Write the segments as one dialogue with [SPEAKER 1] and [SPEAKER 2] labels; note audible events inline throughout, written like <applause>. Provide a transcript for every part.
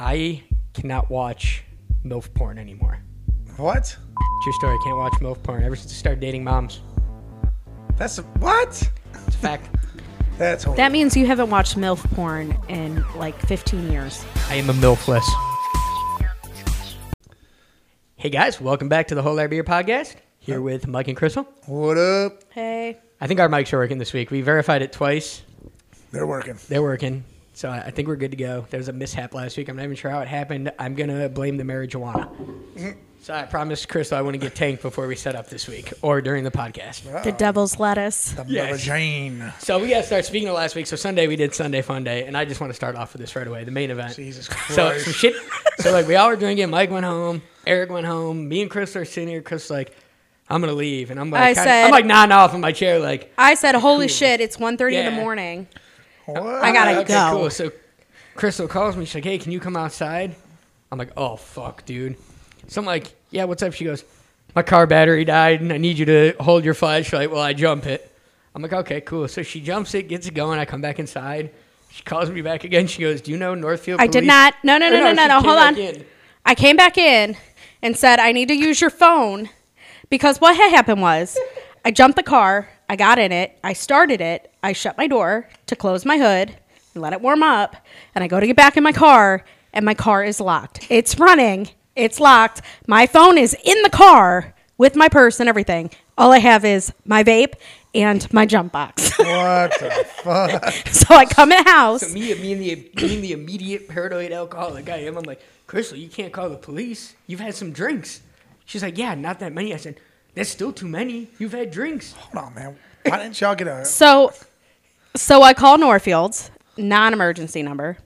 [SPEAKER 1] I cannot watch MILF porn anymore.
[SPEAKER 2] What?
[SPEAKER 1] True story, I can't watch MILF porn ever since I started dating moms.
[SPEAKER 2] That's what?
[SPEAKER 1] It's a fact.
[SPEAKER 2] That's horrible.
[SPEAKER 3] That means you haven't watched MILF porn in like 15 years.
[SPEAKER 1] I am a MILFless. Hey guys, welcome back to the Whole Air Beer Podcast. Here with Mike and Crystal.
[SPEAKER 2] what up?
[SPEAKER 3] Hey.
[SPEAKER 1] I think our mics are working this week. We verified it twice.
[SPEAKER 2] They're working.
[SPEAKER 1] They're working. So I I think we're good to go. There was a mishap last week. I'm not even sure how it happened. I'm going to blame the marijuana. So I promised Crystal I wouldn't get tanked before we set up this week or during the podcast.
[SPEAKER 3] The devil's lettuce.
[SPEAKER 2] The
[SPEAKER 1] Yes.
[SPEAKER 2] Mary Jane.
[SPEAKER 1] So we got to start speaking of last week. So Sunday we did Sunday Fun Day, and I just want to start off with this right away, the main event. <laughs>
[SPEAKER 2] Jesus
[SPEAKER 1] So
[SPEAKER 2] Christ.
[SPEAKER 1] some shit. So like we all were drinking. Mike went home. Eric went home. Me and Chris are sitting here. Chris like, I'm gonna leave, and I'm like,
[SPEAKER 3] I
[SPEAKER 1] kinda-
[SPEAKER 3] said-
[SPEAKER 1] I'm like nodding off in my chair, like
[SPEAKER 3] I said, holy shit, it's 1.30 in
[SPEAKER 1] Yeah.
[SPEAKER 3] the morning.
[SPEAKER 2] What?
[SPEAKER 3] I gotta
[SPEAKER 1] Oh, okay,
[SPEAKER 3] go.
[SPEAKER 1] Cool. So Crystal calls me. She's like, hey, can you come outside? I'm like, oh fuck, dude. So I'm like, yeah, what's up? She goes, my car battery died, and I need you to hold your flashlight while I jump it. I'm like, okay, cool. So she jumps it, gets it going. I come back inside. She calls me back again. She goes, do you know Northfield?
[SPEAKER 3] I did
[SPEAKER 1] Police-
[SPEAKER 3] not. No, no,
[SPEAKER 1] Or
[SPEAKER 3] no, no, no,
[SPEAKER 1] she
[SPEAKER 3] no.
[SPEAKER 1] came
[SPEAKER 3] Hold
[SPEAKER 1] back
[SPEAKER 3] on.
[SPEAKER 1] in. <laughs>
[SPEAKER 3] I came back in and said, I need to use your phone because what had happened was I jumped the car, I got in it, I started it, I shut my door to close my hood and let it warm up, and I go to get back in my car, and my car is locked. It's running, it's locked. My phone is in the car with my purse and everything. All I have is my vape and my jump box. <laughs>
[SPEAKER 2] What the fuck?
[SPEAKER 3] so I come in the house.
[SPEAKER 1] So me, me, and the, me and the immediate paranoid alcoholic I am, I'm like, Crystal, you can't call the police. You've had some drinks. She's like, yeah, not that many. I said, that's still too many. You've had drinks.
[SPEAKER 2] Hold on, man. Why didn't y'all get a <laughs>
[SPEAKER 3] So, so I call Norfield's non-emergency number.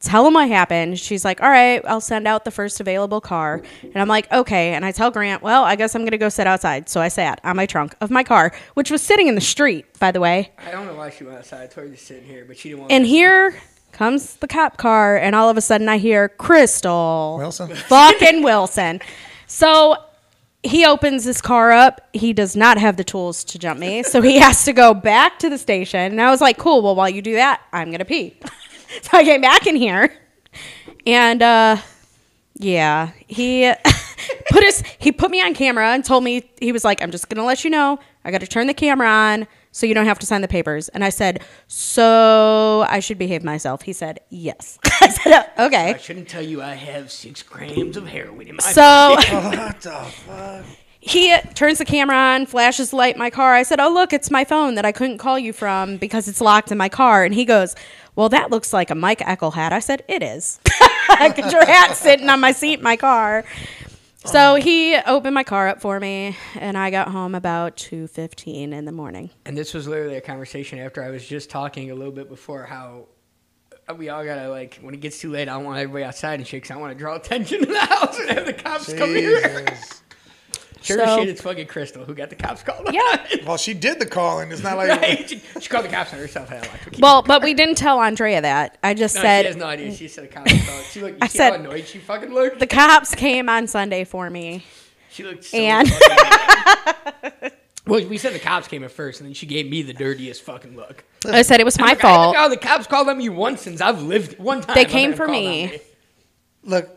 [SPEAKER 3] Tell them what happened. She's like, "All right, I'll send out the first available car." And I'm like, "Okay." And I tell Grant, "Well, I guess I'm gonna go sit outside." So I sat on my trunk of my car, which was sitting in the street, by the way.
[SPEAKER 1] I don't know why she went outside. I told her to sit in here, but she didn't want
[SPEAKER 3] And here comes the cop car, and all of a sudden I hear Crystal
[SPEAKER 2] Wilson? <laughs>
[SPEAKER 3] <laughs> fucking Wilson. So he opens his car up. He does not have the tools to jump me, so he has to go back to the station. And I was like, "Cool. Well, while you do that, I'm gonna pee." <laughs> so I came back in here, and uh, yeah, he <laughs> put us. He put me on camera and told me he was like, "I'm just gonna let you know. I got to turn the camera on." So you don't have to sign the papers. And I said, "So I should behave myself." He said, "Yes." <laughs> I said, "Okay."
[SPEAKER 1] I shouldn't tell you I have six grams of heroin in my
[SPEAKER 3] So
[SPEAKER 1] <laughs>
[SPEAKER 3] <laughs>
[SPEAKER 2] what the fuck?
[SPEAKER 3] he turns the camera on, flashes the light in my car. I said, "Oh look, it's my phone that I couldn't call you from because it's locked in my car." And he goes, "Well, that looks like a Mike Eckel hat." I said, "It is. <laughs> Got your hat sitting on my seat in my car."
[SPEAKER 2] Oh.
[SPEAKER 3] So he opened my car up for me, and I got home about two fifteen in
[SPEAKER 1] <laughs>
[SPEAKER 3] the morning.
[SPEAKER 1] And this was literally a conversation after I was just talking a little bit before how we all gotta like when it gets too late. I don't want everybody outside and shit 'cause I want to draw attention to the <laughs> house and have the cops <laughs> come here.
[SPEAKER 2] Jesus.
[SPEAKER 1] Sure, as
[SPEAKER 3] So-
[SPEAKER 1] shit, it's fucking Crystal who got the cops called. on. <laughs>
[SPEAKER 3] Yeah.
[SPEAKER 2] Well, she did the calling. It's not like
[SPEAKER 1] Right? <laughs> She, she called the cops on herself. and I'm like, okay.
[SPEAKER 3] Well, but we didn't tell Andrea that. I just
[SPEAKER 1] no,
[SPEAKER 3] said
[SPEAKER 1] she has no idea. She said the cops
[SPEAKER 3] <laughs>
[SPEAKER 1] called. She looked. You
[SPEAKER 3] I
[SPEAKER 1] see
[SPEAKER 3] said-
[SPEAKER 1] how annoyed she fucking looked.
[SPEAKER 3] the cops came on Sunday for me.
[SPEAKER 1] she looked. So
[SPEAKER 3] and- <laughs>
[SPEAKER 1] fucking annoyed. well, we said the cops came at first, and then she gave me the dirtiest fucking look.
[SPEAKER 3] I said it was my
[SPEAKER 1] Like, <laughs> I haven't
[SPEAKER 3] fault.
[SPEAKER 1] got- the cops called on me once since I've lived one time.
[SPEAKER 3] They
[SPEAKER 1] I've
[SPEAKER 3] came
[SPEAKER 1] had them
[SPEAKER 3] for
[SPEAKER 1] called
[SPEAKER 3] me.
[SPEAKER 1] on
[SPEAKER 2] look.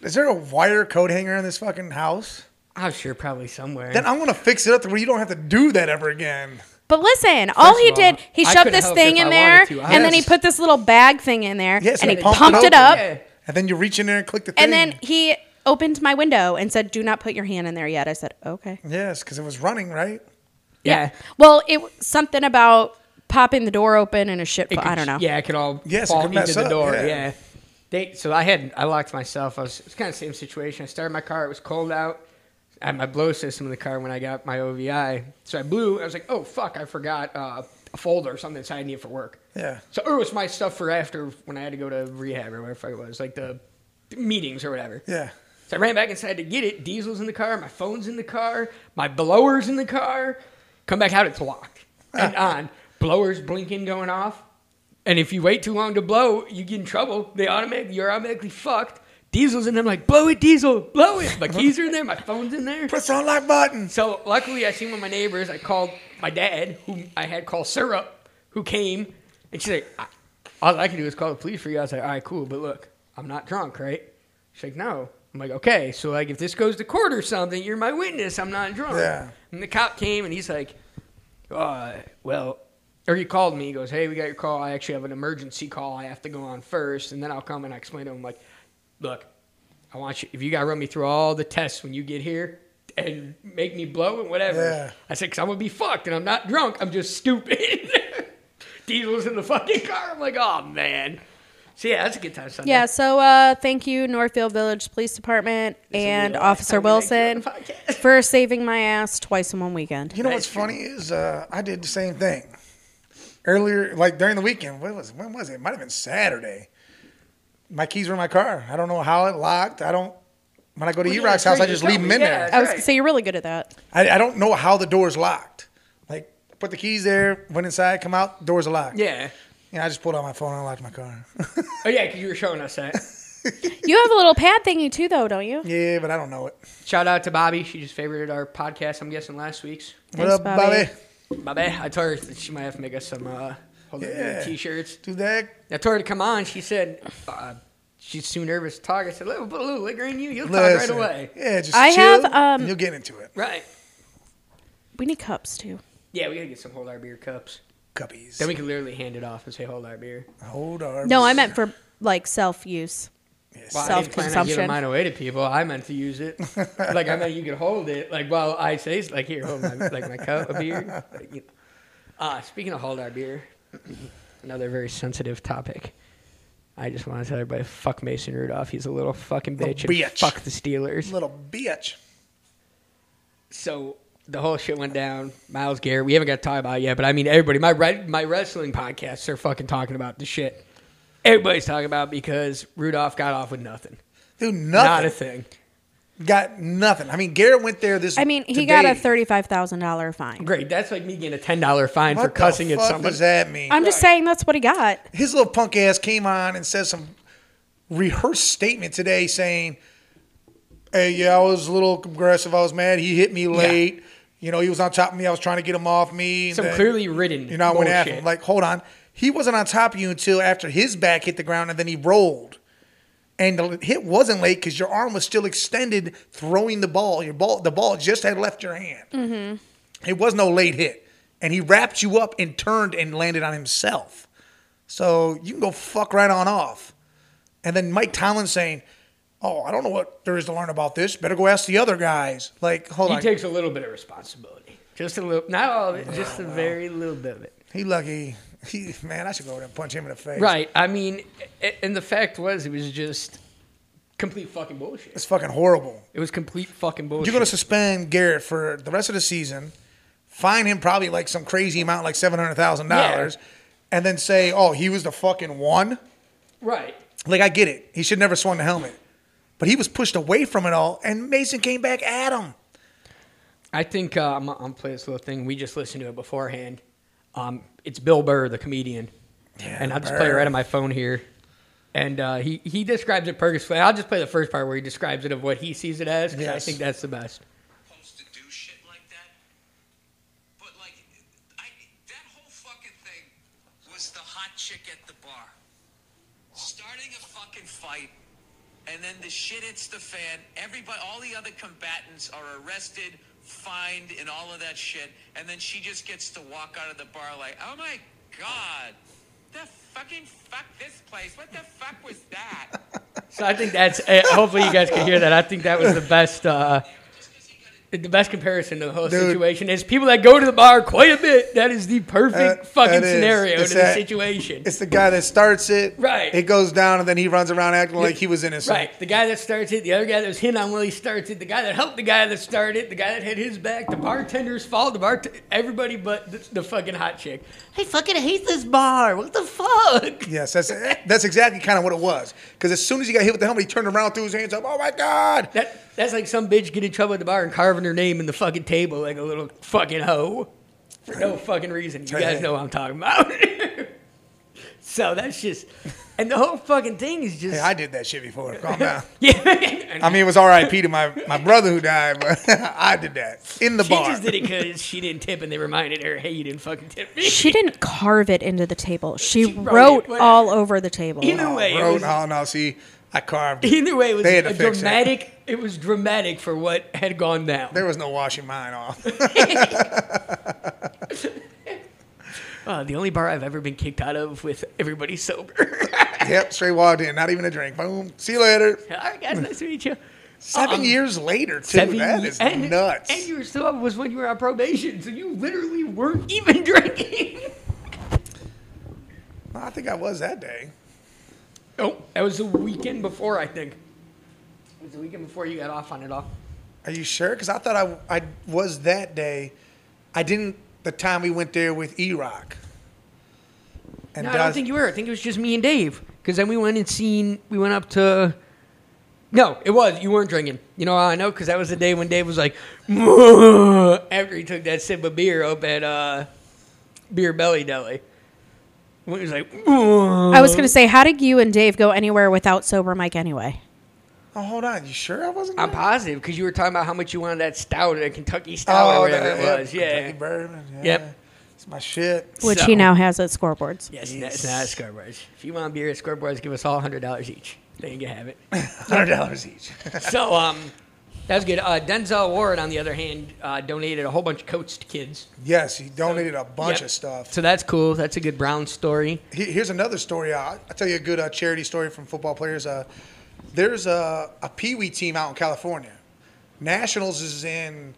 [SPEAKER 2] Is there a wire coat hanger in this fucking house?
[SPEAKER 1] Oh, sure, probably somewhere.
[SPEAKER 2] Then I'm gonna fix it up to where you don't have to do that ever again.
[SPEAKER 3] But listen, all
[SPEAKER 1] First
[SPEAKER 3] he
[SPEAKER 1] of all,
[SPEAKER 3] did, he
[SPEAKER 1] I
[SPEAKER 3] shoved
[SPEAKER 1] couldn't
[SPEAKER 3] this
[SPEAKER 1] help
[SPEAKER 3] thing
[SPEAKER 1] if
[SPEAKER 3] in
[SPEAKER 1] I
[SPEAKER 3] there,
[SPEAKER 1] wanted to. I
[SPEAKER 3] and then he
[SPEAKER 2] was-
[SPEAKER 3] put this little bag thing in there,
[SPEAKER 2] Yes,
[SPEAKER 3] and
[SPEAKER 2] and
[SPEAKER 3] he
[SPEAKER 2] it pumped
[SPEAKER 3] pumped,
[SPEAKER 2] it
[SPEAKER 3] it
[SPEAKER 2] open.
[SPEAKER 3] up,
[SPEAKER 1] Yeah.
[SPEAKER 2] And then you reach in there and click the thing.
[SPEAKER 3] and then he opened my window and said, "Do not put your hand in there yet." I said, "Okay."
[SPEAKER 2] yes, because it was running right.
[SPEAKER 1] yeah.
[SPEAKER 3] Well, it something about popping the door open and a shit.
[SPEAKER 1] It
[SPEAKER 3] fo- I
[SPEAKER 1] could-
[SPEAKER 3] don't know.
[SPEAKER 1] Yeah, it could all
[SPEAKER 2] Yes, it
[SPEAKER 1] fall
[SPEAKER 2] could
[SPEAKER 1] into
[SPEAKER 2] mess
[SPEAKER 1] the
[SPEAKER 2] up,
[SPEAKER 1] door. Yeah.
[SPEAKER 2] yeah.
[SPEAKER 1] They, so I had I locked myself. I was, it was kind of the same situation. I started my car. It was cold out. I had my blow system in the car when I got my OVI. So I blew. I was like, oh fuck, I forgot uh, a folder or something that I need for work.
[SPEAKER 2] Yeah.
[SPEAKER 1] So or it was my stuff for after when I had to go to rehab or whatever the fuck it was, like the meetings or whatever.
[SPEAKER 2] Yeah.
[SPEAKER 1] So I ran back inside to get it. Diesel's in the car. My phone's in the car. My blower's in the car. Come back out, it's locked and on. Blower's blinking, going off. And if you wait too long to blow, you get in trouble. They automatic, you're automatically fucked. Diesel's in there. I'm like, blow it, Diesel, blow it. My keys are in there. My phone's in there.
[SPEAKER 2] Press the unlock button.
[SPEAKER 1] So luckily, I seen one of my neighbors. I called my dad, who I had called syrup, who came, and she's like, "I- "All I can do is call the police for you." I was like, "All right, cool, but look, I'm not drunk, right? She's like, no. I'm like, okay, so like if this goes to court or something, you're my witness. I'm not drunk.
[SPEAKER 2] Yeah.
[SPEAKER 1] And the cop came and he's like, uh, well, or he called me. He goes, hey, we got your call. I actually have an emergency call. I have to go on first, and then I'll come and I explain to him like, look, I want you if you got to run me through all the tests when you get here and make me blow and whatever.
[SPEAKER 2] Yeah.
[SPEAKER 1] I said, 'Cause I'm gonna be fucked and I'm not drunk. I'm just stupid. <laughs> Diesel's in the fucking car. I'm like, oh man. So yeah, that's a good time Sunday.
[SPEAKER 3] Yeah, so uh, thank you, Northfield Village Police Department
[SPEAKER 1] This will be
[SPEAKER 3] and
[SPEAKER 1] the last
[SPEAKER 3] Officer
[SPEAKER 1] time we make you on
[SPEAKER 3] Wilson
[SPEAKER 1] the podcast.
[SPEAKER 3] for saving my ass twice in one weekend.
[SPEAKER 2] You know
[SPEAKER 1] That's
[SPEAKER 2] what's
[SPEAKER 3] <laughs>
[SPEAKER 2] funny is uh, I did the same thing earlier, like during the weekend. What was when was it? It might have been Saturday. My keys were in my car. I don't know how it locked. I don't. When I go to
[SPEAKER 1] Well,
[SPEAKER 2] E
[SPEAKER 1] yeah,
[SPEAKER 2] Rock's
[SPEAKER 1] sure,
[SPEAKER 2] house, I
[SPEAKER 1] you
[SPEAKER 2] just
[SPEAKER 1] tell
[SPEAKER 2] leave them
[SPEAKER 1] me.
[SPEAKER 2] in
[SPEAKER 1] Yeah,
[SPEAKER 2] there.
[SPEAKER 3] I was
[SPEAKER 1] Right.
[SPEAKER 3] gonna say you're really good at that.
[SPEAKER 2] I, I don't know how the door's locked. Like put the keys there, went inside, come out, doors are locked.
[SPEAKER 1] Yeah.
[SPEAKER 2] Yeah, I just pulled out my phone and unlocked my car. <laughs>
[SPEAKER 1] Oh yeah, 'cause you were showing us that.
[SPEAKER 3] You have a little pad thingy too, though, don't you?
[SPEAKER 2] yeah, but I don't know it.
[SPEAKER 1] Shout out to Bobby. She just favorited our podcast. I'm guessing last week's.
[SPEAKER 2] What
[SPEAKER 3] Thanks,
[SPEAKER 2] up, Bobby?
[SPEAKER 3] Bobby.
[SPEAKER 1] Bobby, I told her that she might have to make us some uh, hold on,
[SPEAKER 2] Yeah.
[SPEAKER 1] t-shirts.
[SPEAKER 2] Do that.
[SPEAKER 1] I told her to come on. She said uh, she's too nervous to talk. I said, "Let me put a little liquor in you. You'll
[SPEAKER 2] Listen.
[SPEAKER 1] talk right away."
[SPEAKER 2] Yeah, just
[SPEAKER 3] I
[SPEAKER 2] chill,
[SPEAKER 3] have, um,
[SPEAKER 2] and you'll get into it.
[SPEAKER 1] Right.
[SPEAKER 3] We need cups too.
[SPEAKER 1] Yeah, we gotta get some hold our beer cups.
[SPEAKER 2] Cuppies.
[SPEAKER 1] Then we can literally hand it off and say, "Hold our beer."
[SPEAKER 2] Hold our.
[SPEAKER 3] No, I meant for like self use.
[SPEAKER 2] Yes.
[SPEAKER 1] Well, I didn't plan on giving
[SPEAKER 3] Self-consumption.
[SPEAKER 1] mine away to people. I meant to use it. like I meant you could hold it. Like while I say, like here, hold my like my cup of beer. Like, you know. uh, speaking of hold our beer, another very sensitive topic. I just want to tell everybody, fuck Mason Rudolph. He's a little fucking
[SPEAKER 2] Little
[SPEAKER 1] bitch. and
[SPEAKER 2] bitch.
[SPEAKER 1] fuck the Steelers.
[SPEAKER 2] Little bitch.
[SPEAKER 1] so the whole shit went down. Miles Garrett, we haven't got to talk about it yet, but I mean everybody. My re- my wrestling podcasts are fucking talking about the shit. Everybody's talking about it because Rudolph got off with nothing,
[SPEAKER 2] Dude,
[SPEAKER 1] not a
[SPEAKER 2] nothing.
[SPEAKER 1] thing.
[SPEAKER 2] got nothing. I mean, Garrett went there this.
[SPEAKER 3] I mean, he got a
[SPEAKER 2] today.
[SPEAKER 3] thirty-five thousand dollar fine.
[SPEAKER 1] Great, that's like me getting a ten dollar fine
[SPEAKER 2] What
[SPEAKER 1] for cussing
[SPEAKER 2] the
[SPEAKER 1] at
[SPEAKER 2] fuck
[SPEAKER 1] someone.
[SPEAKER 2] does that mean?
[SPEAKER 3] I'm just saying that's what he got.
[SPEAKER 2] His little punk ass came on and said some rehearsed statement today, saying, "Hey, yeah, I was a little aggressive. I was mad. He hit me late. You know, he was on top of me. I was trying to get him off me. and
[SPEAKER 1] Some
[SPEAKER 2] then,
[SPEAKER 1] clearly ridden.
[SPEAKER 2] you know, I went after
[SPEAKER 1] bullshit.
[SPEAKER 2] him. Like, hold on, he wasn't on top of you until after his back hit the ground, and then he rolled." And the hit wasn't late because your arm was still extended, throwing the ball. Your ball, the ball just had left your hand.
[SPEAKER 1] Mm-hmm.
[SPEAKER 2] It was no late hit. And he wrapped you up and turned and landed on himself. So you can go fuck right on off. And then Mike Tomlin saying, Oh, I don't know what there is to learn about this. Better go ask the other guys. Like, hold
[SPEAKER 1] he
[SPEAKER 2] on.
[SPEAKER 1] takes a little bit of responsibility, just a little, not all of it, just a very little bit of it.
[SPEAKER 2] he lucky. <laughs> He, man, I should go over there and punch him in the face.
[SPEAKER 1] Right. I mean, a- and the fact was, it was just complete fucking bullshit.
[SPEAKER 2] It's fucking horrible.
[SPEAKER 1] It was complete fucking bullshit.
[SPEAKER 2] You're going to suspend Garrett for the rest of the season, fine him probably like some crazy amount, like $700,000, and then say, Oh, he was the fucking one?
[SPEAKER 1] right.
[SPEAKER 2] Like I get it. He should never swung the helmet. But he was pushed away from it all, and Mason came back at him.
[SPEAKER 1] I think uh, I'm, I'm playing this little thing. We just listened to it beforehand. Um, it's Bill Burr, the comedian, and I'll just play it
[SPEAKER 2] Burr.
[SPEAKER 1] right on my phone here. And uh, he he describes it purposefully. I'll just play the first part where he describes it of what he sees it as. 'cause I
[SPEAKER 2] Yes.
[SPEAKER 1] think that's the best.
[SPEAKER 4] supposed to do shit like that. But like, I that whole fucking thing was the hot chick at the bar starting a fucking fight, and then the shit hits the fan. Everybody, all the other combatants are arrested, fined, and all of that shit. And then she just gets to walk out of the bar like, oh my god, the fucking fuck this place. What the fuck was that?
[SPEAKER 1] So I think that's. eh, hopefully you guys can hear that. I think that was the best. Uh, the best comparison to the whole
[SPEAKER 2] Dude.
[SPEAKER 1] situation is people that go to the bar quite a bit. That is the perfect
[SPEAKER 2] Uh,
[SPEAKER 1] fucking
[SPEAKER 2] that is.
[SPEAKER 1] scenario
[SPEAKER 2] It's
[SPEAKER 1] to
[SPEAKER 2] that-
[SPEAKER 1] the situation.
[SPEAKER 2] It's the guy that starts it.
[SPEAKER 1] Right.
[SPEAKER 2] It goes down, and then he runs around acting like he was innocent.
[SPEAKER 1] Right. The guy that starts it, the other guy that was hit on when he starts it, the guy that helped the guy that started it, the guy that had his back, the bartender's fault, the bart, everybody but the, the fucking hot chick. I fucking hate this bar. What the fuck?
[SPEAKER 2] Yes, that's that's exactly kind of what it was. Because as soon as he got hit with the helmet, he turned around, threw his hands up. Oh
[SPEAKER 1] <laughs>
[SPEAKER 2] my god!
[SPEAKER 1] That that's like some bitch getting in trouble at the bar and carving her name in the fucking table like a little fucking hoe for no fucking reason. You guys know what I'm talking about. <laughs> so that's just, and the whole fucking thing is just.
[SPEAKER 2] Hey, I did that shit before. Calm down.
[SPEAKER 1] <laughs> yeah,
[SPEAKER 2] I mean, it was R.I.P. to my, my brother who died, but <laughs> I did that in the
[SPEAKER 1] she
[SPEAKER 2] bar.
[SPEAKER 1] just did it because she didn't tip, and they reminded her, "Hey, you didn't fucking tip me."
[SPEAKER 3] She didn't carve it into the table. She,
[SPEAKER 1] She wrote
[SPEAKER 3] wrote
[SPEAKER 1] it, whatever.
[SPEAKER 3] all over the table.
[SPEAKER 1] Either way, it
[SPEAKER 2] Bro,
[SPEAKER 1] was-
[SPEAKER 2] no, no. See, I carved. it.
[SPEAKER 1] Either way, it was
[SPEAKER 2] They had to
[SPEAKER 1] a
[SPEAKER 2] fix it.
[SPEAKER 1] dramatic. It. was dramatic for what had gone down.
[SPEAKER 2] There was no washing mine off. <laughs>
[SPEAKER 1] Uh, the only bar I've ever been kicked out of with everybody sober. <laughs>
[SPEAKER 2] yep, straight walked in, not even a drink. Boom. See you later.
[SPEAKER 1] All right, guys, nice to
[SPEAKER 2] <laughs>
[SPEAKER 1] meet you.
[SPEAKER 2] Seven
[SPEAKER 1] Um,
[SPEAKER 2] years later, too.
[SPEAKER 1] Seven
[SPEAKER 2] that
[SPEAKER 1] ye-
[SPEAKER 2] is nuts.
[SPEAKER 1] And you were still up was when you were on probation, so you literally weren't even <laughs> drinking.
[SPEAKER 2] I think I was that day.
[SPEAKER 1] oh, that was the weekend before, I think. It was the weekend before you got off on it all.
[SPEAKER 2] Are you sure? Because I thought I, I was that day. I didn't the time we went there with E Rock. And
[SPEAKER 1] No, I don't think you were. I think it was just me and Dave. Because then we went and seen. We went up to. No, it was. You weren't drinking. You know how I know? Because that was the day when Dave was like, <laughs> after he took that sip of beer up at uh, Beer Belly Deli. When he was like, <laughs>
[SPEAKER 3] I was going to say, how did you and Dave go anywhere without sober Mike anyway?
[SPEAKER 2] Oh, hold on. You sure I wasn't?
[SPEAKER 1] I'm
[SPEAKER 2] there?
[SPEAKER 1] positive because you were talking about how much you wanted that stout, that Kentucky
[SPEAKER 2] Oh,
[SPEAKER 1] stout, or whatever
[SPEAKER 2] that-
[SPEAKER 1] it was. Yeah.
[SPEAKER 2] Kentucky bourbon. Yeah.
[SPEAKER 1] Yep.
[SPEAKER 2] It's my shit.
[SPEAKER 3] Which
[SPEAKER 1] So-
[SPEAKER 3] he now has at scoreboards.
[SPEAKER 1] Yes,
[SPEAKER 2] Yes.
[SPEAKER 1] that's not Squareboards. If you want beer at Squareboards, give us all hundred dollars each. Then you can have it.
[SPEAKER 2] Hundred dollars each.
[SPEAKER 1] so um, that was good. Uh, Denzel Ward, on the other hand, uh, donated a whole bunch of coats to kids.
[SPEAKER 2] <laughs> yes, he donated a bunch
[SPEAKER 1] Yep.
[SPEAKER 2] of stuff.
[SPEAKER 1] So that's cool. That's a good Brown story.
[SPEAKER 2] He- Here's another story. Uh, I'll tell you a good uh, charity story from football players. Uh, there's a, a Pee Wee team out in California. Nationals is in,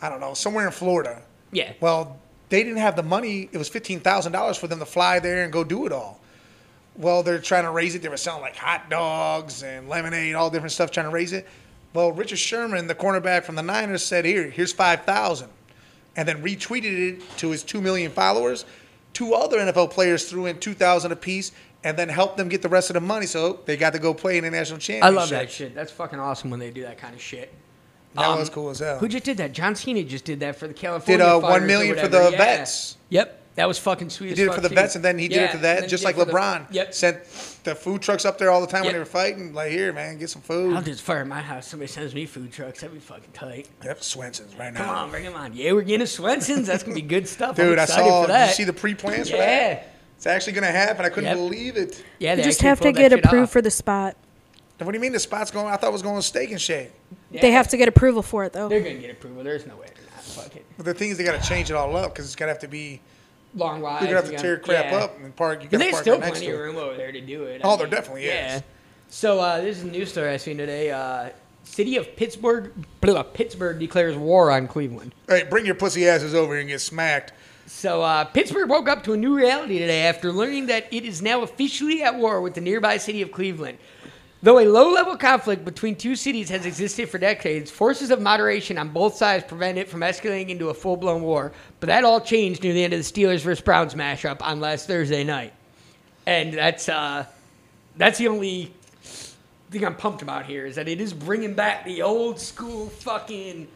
[SPEAKER 2] I don't know, somewhere in Florida.
[SPEAKER 1] Yeah.
[SPEAKER 2] Well, they didn't have the money. It was $15,000 for them to fly there and go do it all. Well, they're trying to raise it. They were selling like hot dogs and lemonade, all different stuff, trying to raise it. Well, Richard Sherman, the cornerback from the Niners, said, "Here, here's five thousand, and then retweeted it to his two million followers. Two other NFL players threw in two thousand apiece, and then helped them get the rest of the money. So they got to go play in the national
[SPEAKER 1] I
[SPEAKER 2] championship.
[SPEAKER 1] love that shit. That's fucking awesome when they do that kind of shit.
[SPEAKER 2] That
[SPEAKER 1] Um,
[SPEAKER 2] was cool as hell.
[SPEAKER 1] Who just did that? John Cena just did that for the California.
[SPEAKER 2] uh,
[SPEAKER 1] fighters
[SPEAKER 2] one
[SPEAKER 1] or
[SPEAKER 2] million for
[SPEAKER 1] whatever.
[SPEAKER 2] the
[SPEAKER 1] Yeah.
[SPEAKER 2] vets.
[SPEAKER 1] Yep, that was fucking sweet.
[SPEAKER 2] He did it for the vets, and then he did it for that, just like LeBron.
[SPEAKER 1] yep.
[SPEAKER 2] Sent the food trucks up there all the time when
[SPEAKER 1] Yep.
[SPEAKER 2] they were fighting. Like, here, man, get some
[SPEAKER 1] I'll
[SPEAKER 2] food.
[SPEAKER 1] just fire at my house. Somebody sends me food trucks. That'd be fucking tight.
[SPEAKER 2] Yep, Swenson's right
[SPEAKER 1] Come
[SPEAKER 2] now.
[SPEAKER 1] on, bring 'em on. Yeah, we're getting to Swenson's. That's gonna be good stuff. I'm
[SPEAKER 2] Dude, I
[SPEAKER 1] excited
[SPEAKER 2] saw.
[SPEAKER 1] For
[SPEAKER 2] Did
[SPEAKER 1] that.
[SPEAKER 2] you see the pre-plans for
[SPEAKER 1] Yeah.
[SPEAKER 2] that? It's actually going to happen. I couldn't
[SPEAKER 1] Yep.
[SPEAKER 2] believe it.
[SPEAKER 1] Yeah,
[SPEAKER 3] You
[SPEAKER 1] they
[SPEAKER 3] just
[SPEAKER 1] actually
[SPEAKER 3] have to
[SPEAKER 1] pulled that
[SPEAKER 3] get
[SPEAKER 1] shit
[SPEAKER 3] approved
[SPEAKER 1] off.
[SPEAKER 3] for the spot.
[SPEAKER 2] What do you mean the spot's going? I thought it was going to Steak and Shake.
[SPEAKER 1] Yeah.
[SPEAKER 3] They have to get approval for it, though.
[SPEAKER 1] They're gonna get approval. There's no way they're not. Fuck it.
[SPEAKER 2] But the thing is, they got to change it all up because it's going to have to be.
[SPEAKER 1] Long lives.
[SPEAKER 2] You're going to have
[SPEAKER 1] you
[SPEAKER 2] to
[SPEAKER 1] gotta-
[SPEAKER 2] tear crap
[SPEAKER 1] yeah.
[SPEAKER 2] up and park. You
[SPEAKER 1] But
[SPEAKER 2] got to
[SPEAKER 1] there's
[SPEAKER 2] park
[SPEAKER 1] still
[SPEAKER 2] right next
[SPEAKER 1] plenty of
[SPEAKER 2] to it.
[SPEAKER 1] room over there to do it.
[SPEAKER 2] Oh, there definitely is.
[SPEAKER 1] Yeah. So uh, this is a news story I seen today. Uh, City of Pittsburgh, blah, Pittsburgh declares war on Cleveland.
[SPEAKER 2] Hey, bring your pussy asses over here and get smacked.
[SPEAKER 1] So uh, Pittsburgh woke up to a new reality today after learning that it is now officially at war with the nearby city of Cleveland. Though a low-level conflict between two cities has existed for decades, forces of moderation on both sides prevent it from escalating into a full-blown war. But that all changed near the end of the Steelers versus Browns mashup on last Thursday night, and that's uh, that's the only thing I'm pumped about here is that it is bringing back the old school fucking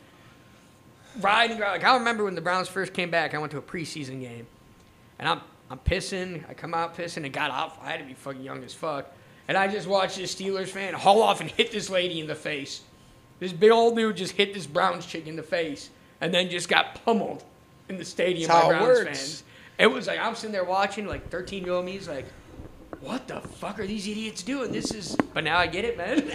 [SPEAKER 1] riding around. Like I remember when the Browns first came back, I went to a preseason game, and I'm I'm pissing. I come out pissing and got off. I had to be fucking young as fuck, and I just watched this Steelers fan haul off and hit this lady in the face. This big old dude just hit this Browns chick in the face, and then just got pummeled in the stadium
[SPEAKER 2] That's
[SPEAKER 1] by
[SPEAKER 2] how it
[SPEAKER 1] Browns
[SPEAKER 2] works.
[SPEAKER 1] fans. It was like I'm sitting there watching, like 13 year old me's like. What the fuck are these idiots doing? This is. But now I get it, man.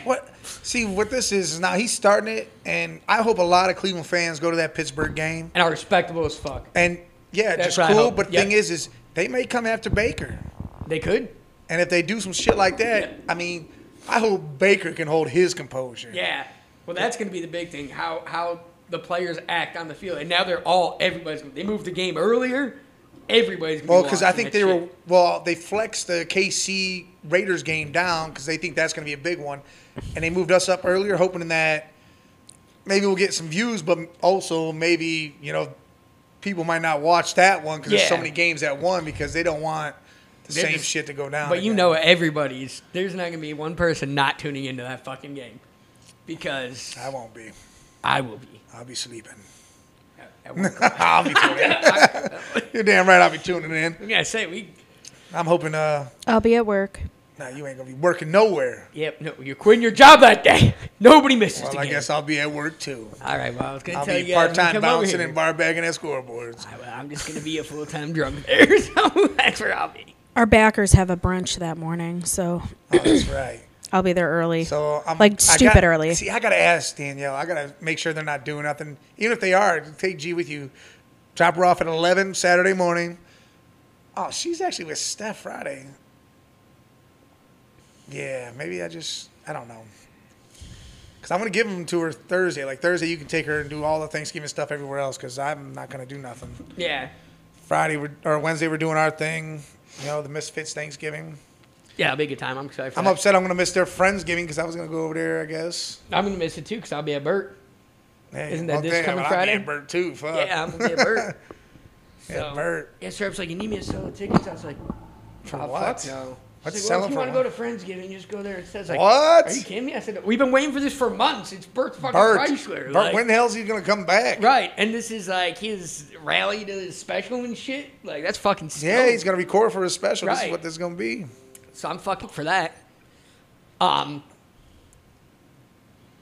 [SPEAKER 1] <laughs>
[SPEAKER 2] What? See, what this is is now he's starting it, and I hope a lot of Cleveland fans go to that Pittsburgh game.
[SPEAKER 1] and are respectable as fuck.
[SPEAKER 2] And yeah,
[SPEAKER 1] That's
[SPEAKER 2] just
[SPEAKER 1] what I
[SPEAKER 2] cool.
[SPEAKER 1] hope.
[SPEAKER 2] But the
[SPEAKER 1] Yeah.
[SPEAKER 2] thing is, is they may come after Baker.
[SPEAKER 1] They could.
[SPEAKER 2] And if they do some shit like that, I mean, I hope Baker can hold his composure.
[SPEAKER 1] Yeah. Well, that's going to be the big thing. How how the players act on the field, and now they're all everybody's. They moved the game earlier. Everybody's. Gonna
[SPEAKER 2] Well,
[SPEAKER 1] be
[SPEAKER 2] because I
[SPEAKER 1] watching
[SPEAKER 2] think
[SPEAKER 1] that
[SPEAKER 2] they were
[SPEAKER 1] shit.
[SPEAKER 2] well, they flexed the KC Raiders game down because they think that's going to be a big one, and they moved us up earlier, hoping that maybe we'll get some views, but also maybe you know people might not watch that one because there's so
[SPEAKER 1] Yeah.
[SPEAKER 2] many games at one because they don't want the
[SPEAKER 1] They're
[SPEAKER 2] same
[SPEAKER 1] just-
[SPEAKER 2] shit to go down.
[SPEAKER 1] But you
[SPEAKER 2] again.
[SPEAKER 1] know, everybody's. There's not going to be one person not tuning into that fucking game, because
[SPEAKER 2] I won't be.
[SPEAKER 1] I will be.
[SPEAKER 2] I'll be sleeping.
[SPEAKER 1] I won't.
[SPEAKER 2] I'll be tuning.
[SPEAKER 1] <laughs>
[SPEAKER 2] in. You're damn right. I'll be tuning in.
[SPEAKER 1] I'm gonna say we.
[SPEAKER 2] I'm hoping. Uh,
[SPEAKER 3] I'll be at work.
[SPEAKER 2] nah, you ain't gonna be working nowhere.
[SPEAKER 1] Yep. No, you're quitting your job that day. <laughs> Nobody misses the
[SPEAKER 2] Well, I
[SPEAKER 1] game.
[SPEAKER 2] guess I'll be at work too.
[SPEAKER 1] All right. Well, I was going to
[SPEAKER 2] I'll
[SPEAKER 1] tell
[SPEAKER 2] be
[SPEAKER 1] you. guys
[SPEAKER 2] part
[SPEAKER 1] when you
[SPEAKER 2] time
[SPEAKER 1] come over
[SPEAKER 2] bouncing
[SPEAKER 1] here.
[SPEAKER 2] and bar bagging at scoreboards.
[SPEAKER 1] All right, well, I'm just going to be a full time <laughs> drunk there, so that's where I'll be.
[SPEAKER 3] Our backers have a brunch that morning, so
[SPEAKER 2] Oh, that's right.
[SPEAKER 3] I'll be there early.
[SPEAKER 2] So
[SPEAKER 1] um,
[SPEAKER 2] I'm
[SPEAKER 3] like
[SPEAKER 2] I
[SPEAKER 3] stupid
[SPEAKER 2] got-
[SPEAKER 3] early.
[SPEAKER 2] See, I gotta ask Danielle. I gotta make sure they're not doing nothing. Even if they are, take G with you. Drop her off at eleven Saturday morning. Oh, she's actually with Steph Friday. Yeah, maybe I just I don't know. Cause I'm gonna give them to her Thursday. Like Thursday, you can take her and do all the Thanksgiving stuff everywhere else. Cause I'm not gonna do nothing.
[SPEAKER 1] Yeah.
[SPEAKER 2] Friday we're, or Wednesday, we're doing our thing. You know, the Misfits Thanksgiving.
[SPEAKER 1] Yeah, it'll be a good time. I'm excited for
[SPEAKER 2] I'm
[SPEAKER 1] that.
[SPEAKER 2] upset. I'm gonna miss their Friendsgiving because I was gonna go over there. I guess.
[SPEAKER 1] I'm going to miss it too because I'll be at Burt.
[SPEAKER 2] Hey,
[SPEAKER 1] Isn't that
[SPEAKER 2] well,
[SPEAKER 1] this
[SPEAKER 2] damn,
[SPEAKER 1] coming
[SPEAKER 2] I'll be
[SPEAKER 1] Friday?
[SPEAKER 2] at Burt too.
[SPEAKER 1] <laughs>
[SPEAKER 2] Fuck.
[SPEAKER 1] Yeah, I'm going to be at Burt.
[SPEAKER 2] <laughs> Yeah, Burt.
[SPEAKER 1] Yeah, Sharp's like, you need me to sell the tickets? I was like,
[SPEAKER 2] For
[SPEAKER 1] oh,
[SPEAKER 2] what?
[SPEAKER 1] fuck no.
[SPEAKER 2] What's
[SPEAKER 1] She's like, well, if you
[SPEAKER 2] selling for
[SPEAKER 1] want to
[SPEAKER 2] what?
[SPEAKER 1] go to Friendsgiving, just go there. It says like,
[SPEAKER 2] What?
[SPEAKER 1] Are you kidding me? I said, we've been waiting for this for months. It's Burt fucking
[SPEAKER 2] Burt.
[SPEAKER 1] Chrysler.
[SPEAKER 2] Burt,
[SPEAKER 1] like-
[SPEAKER 2] when the hell's he gonna come back?
[SPEAKER 1] Right, and this is like his rally to his special and shit. Like that's fucking. Stoked.
[SPEAKER 2] Yeah, he's gonna record for his special. This
[SPEAKER 1] Oh. Right.
[SPEAKER 2] is what this is gonna be.
[SPEAKER 1] So I'm fucking for that. Um.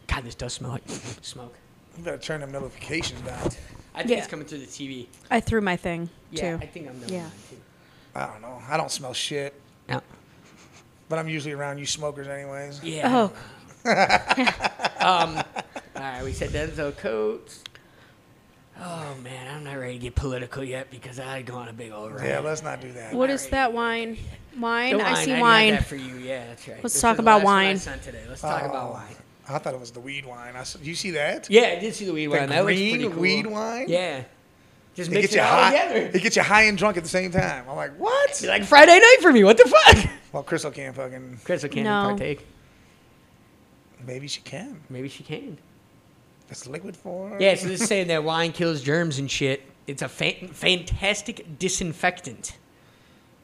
[SPEAKER 1] God, this does smell like <laughs> smoke.
[SPEAKER 2] You better turn them notifications down.
[SPEAKER 1] I think it's
[SPEAKER 3] Yeah.
[SPEAKER 1] coming through the TV.
[SPEAKER 3] I threw my thing
[SPEAKER 1] Yeah,
[SPEAKER 3] too.
[SPEAKER 1] I think I'm done.
[SPEAKER 3] Yeah.
[SPEAKER 1] with that, too.
[SPEAKER 2] I don't know. I don't smell shit,
[SPEAKER 1] Yeah.
[SPEAKER 2] but I'm usually around you smokers anyways.
[SPEAKER 1] Yeah.
[SPEAKER 3] oh,
[SPEAKER 1] Um, <laughs> All right, we said Denzel Coates. Oh man, I'm not ready to get political yet because I go on a big old rant.
[SPEAKER 2] Yeah, let's not do that.
[SPEAKER 3] what is that wine? Wine.
[SPEAKER 1] The
[SPEAKER 3] I see
[SPEAKER 1] didn't have
[SPEAKER 3] wine.
[SPEAKER 1] that for you. Yeah, that's right.
[SPEAKER 3] Let's
[SPEAKER 1] This
[SPEAKER 3] talk
[SPEAKER 1] is the
[SPEAKER 3] about
[SPEAKER 1] last one I
[SPEAKER 3] wine.
[SPEAKER 1] sent today. Let's talk
[SPEAKER 2] Oh,
[SPEAKER 1] about wine.
[SPEAKER 2] I thought it was the weed wine. I s you see that?
[SPEAKER 1] Yeah, I did see the weed
[SPEAKER 2] The
[SPEAKER 1] wine. That looks
[SPEAKER 2] green
[SPEAKER 1] pretty cool.
[SPEAKER 2] weed wine?
[SPEAKER 1] Yeah. Just
[SPEAKER 2] It
[SPEAKER 1] mix
[SPEAKER 2] gets
[SPEAKER 1] it
[SPEAKER 2] you
[SPEAKER 1] all
[SPEAKER 2] high.
[SPEAKER 1] together.
[SPEAKER 2] It gets you high and drunk at the same time. I'm like, what?
[SPEAKER 1] It's like Friday night for me. What the fuck?
[SPEAKER 2] Well, Crystal can't fucking.
[SPEAKER 1] Crystal can't
[SPEAKER 3] No.
[SPEAKER 1] partake.
[SPEAKER 2] Maybe she can.
[SPEAKER 1] Maybe she can.
[SPEAKER 2] It's liquid form.
[SPEAKER 1] Yeah, so this is saying that wine kills germs and shit. It's a fan- fantastic disinfectant.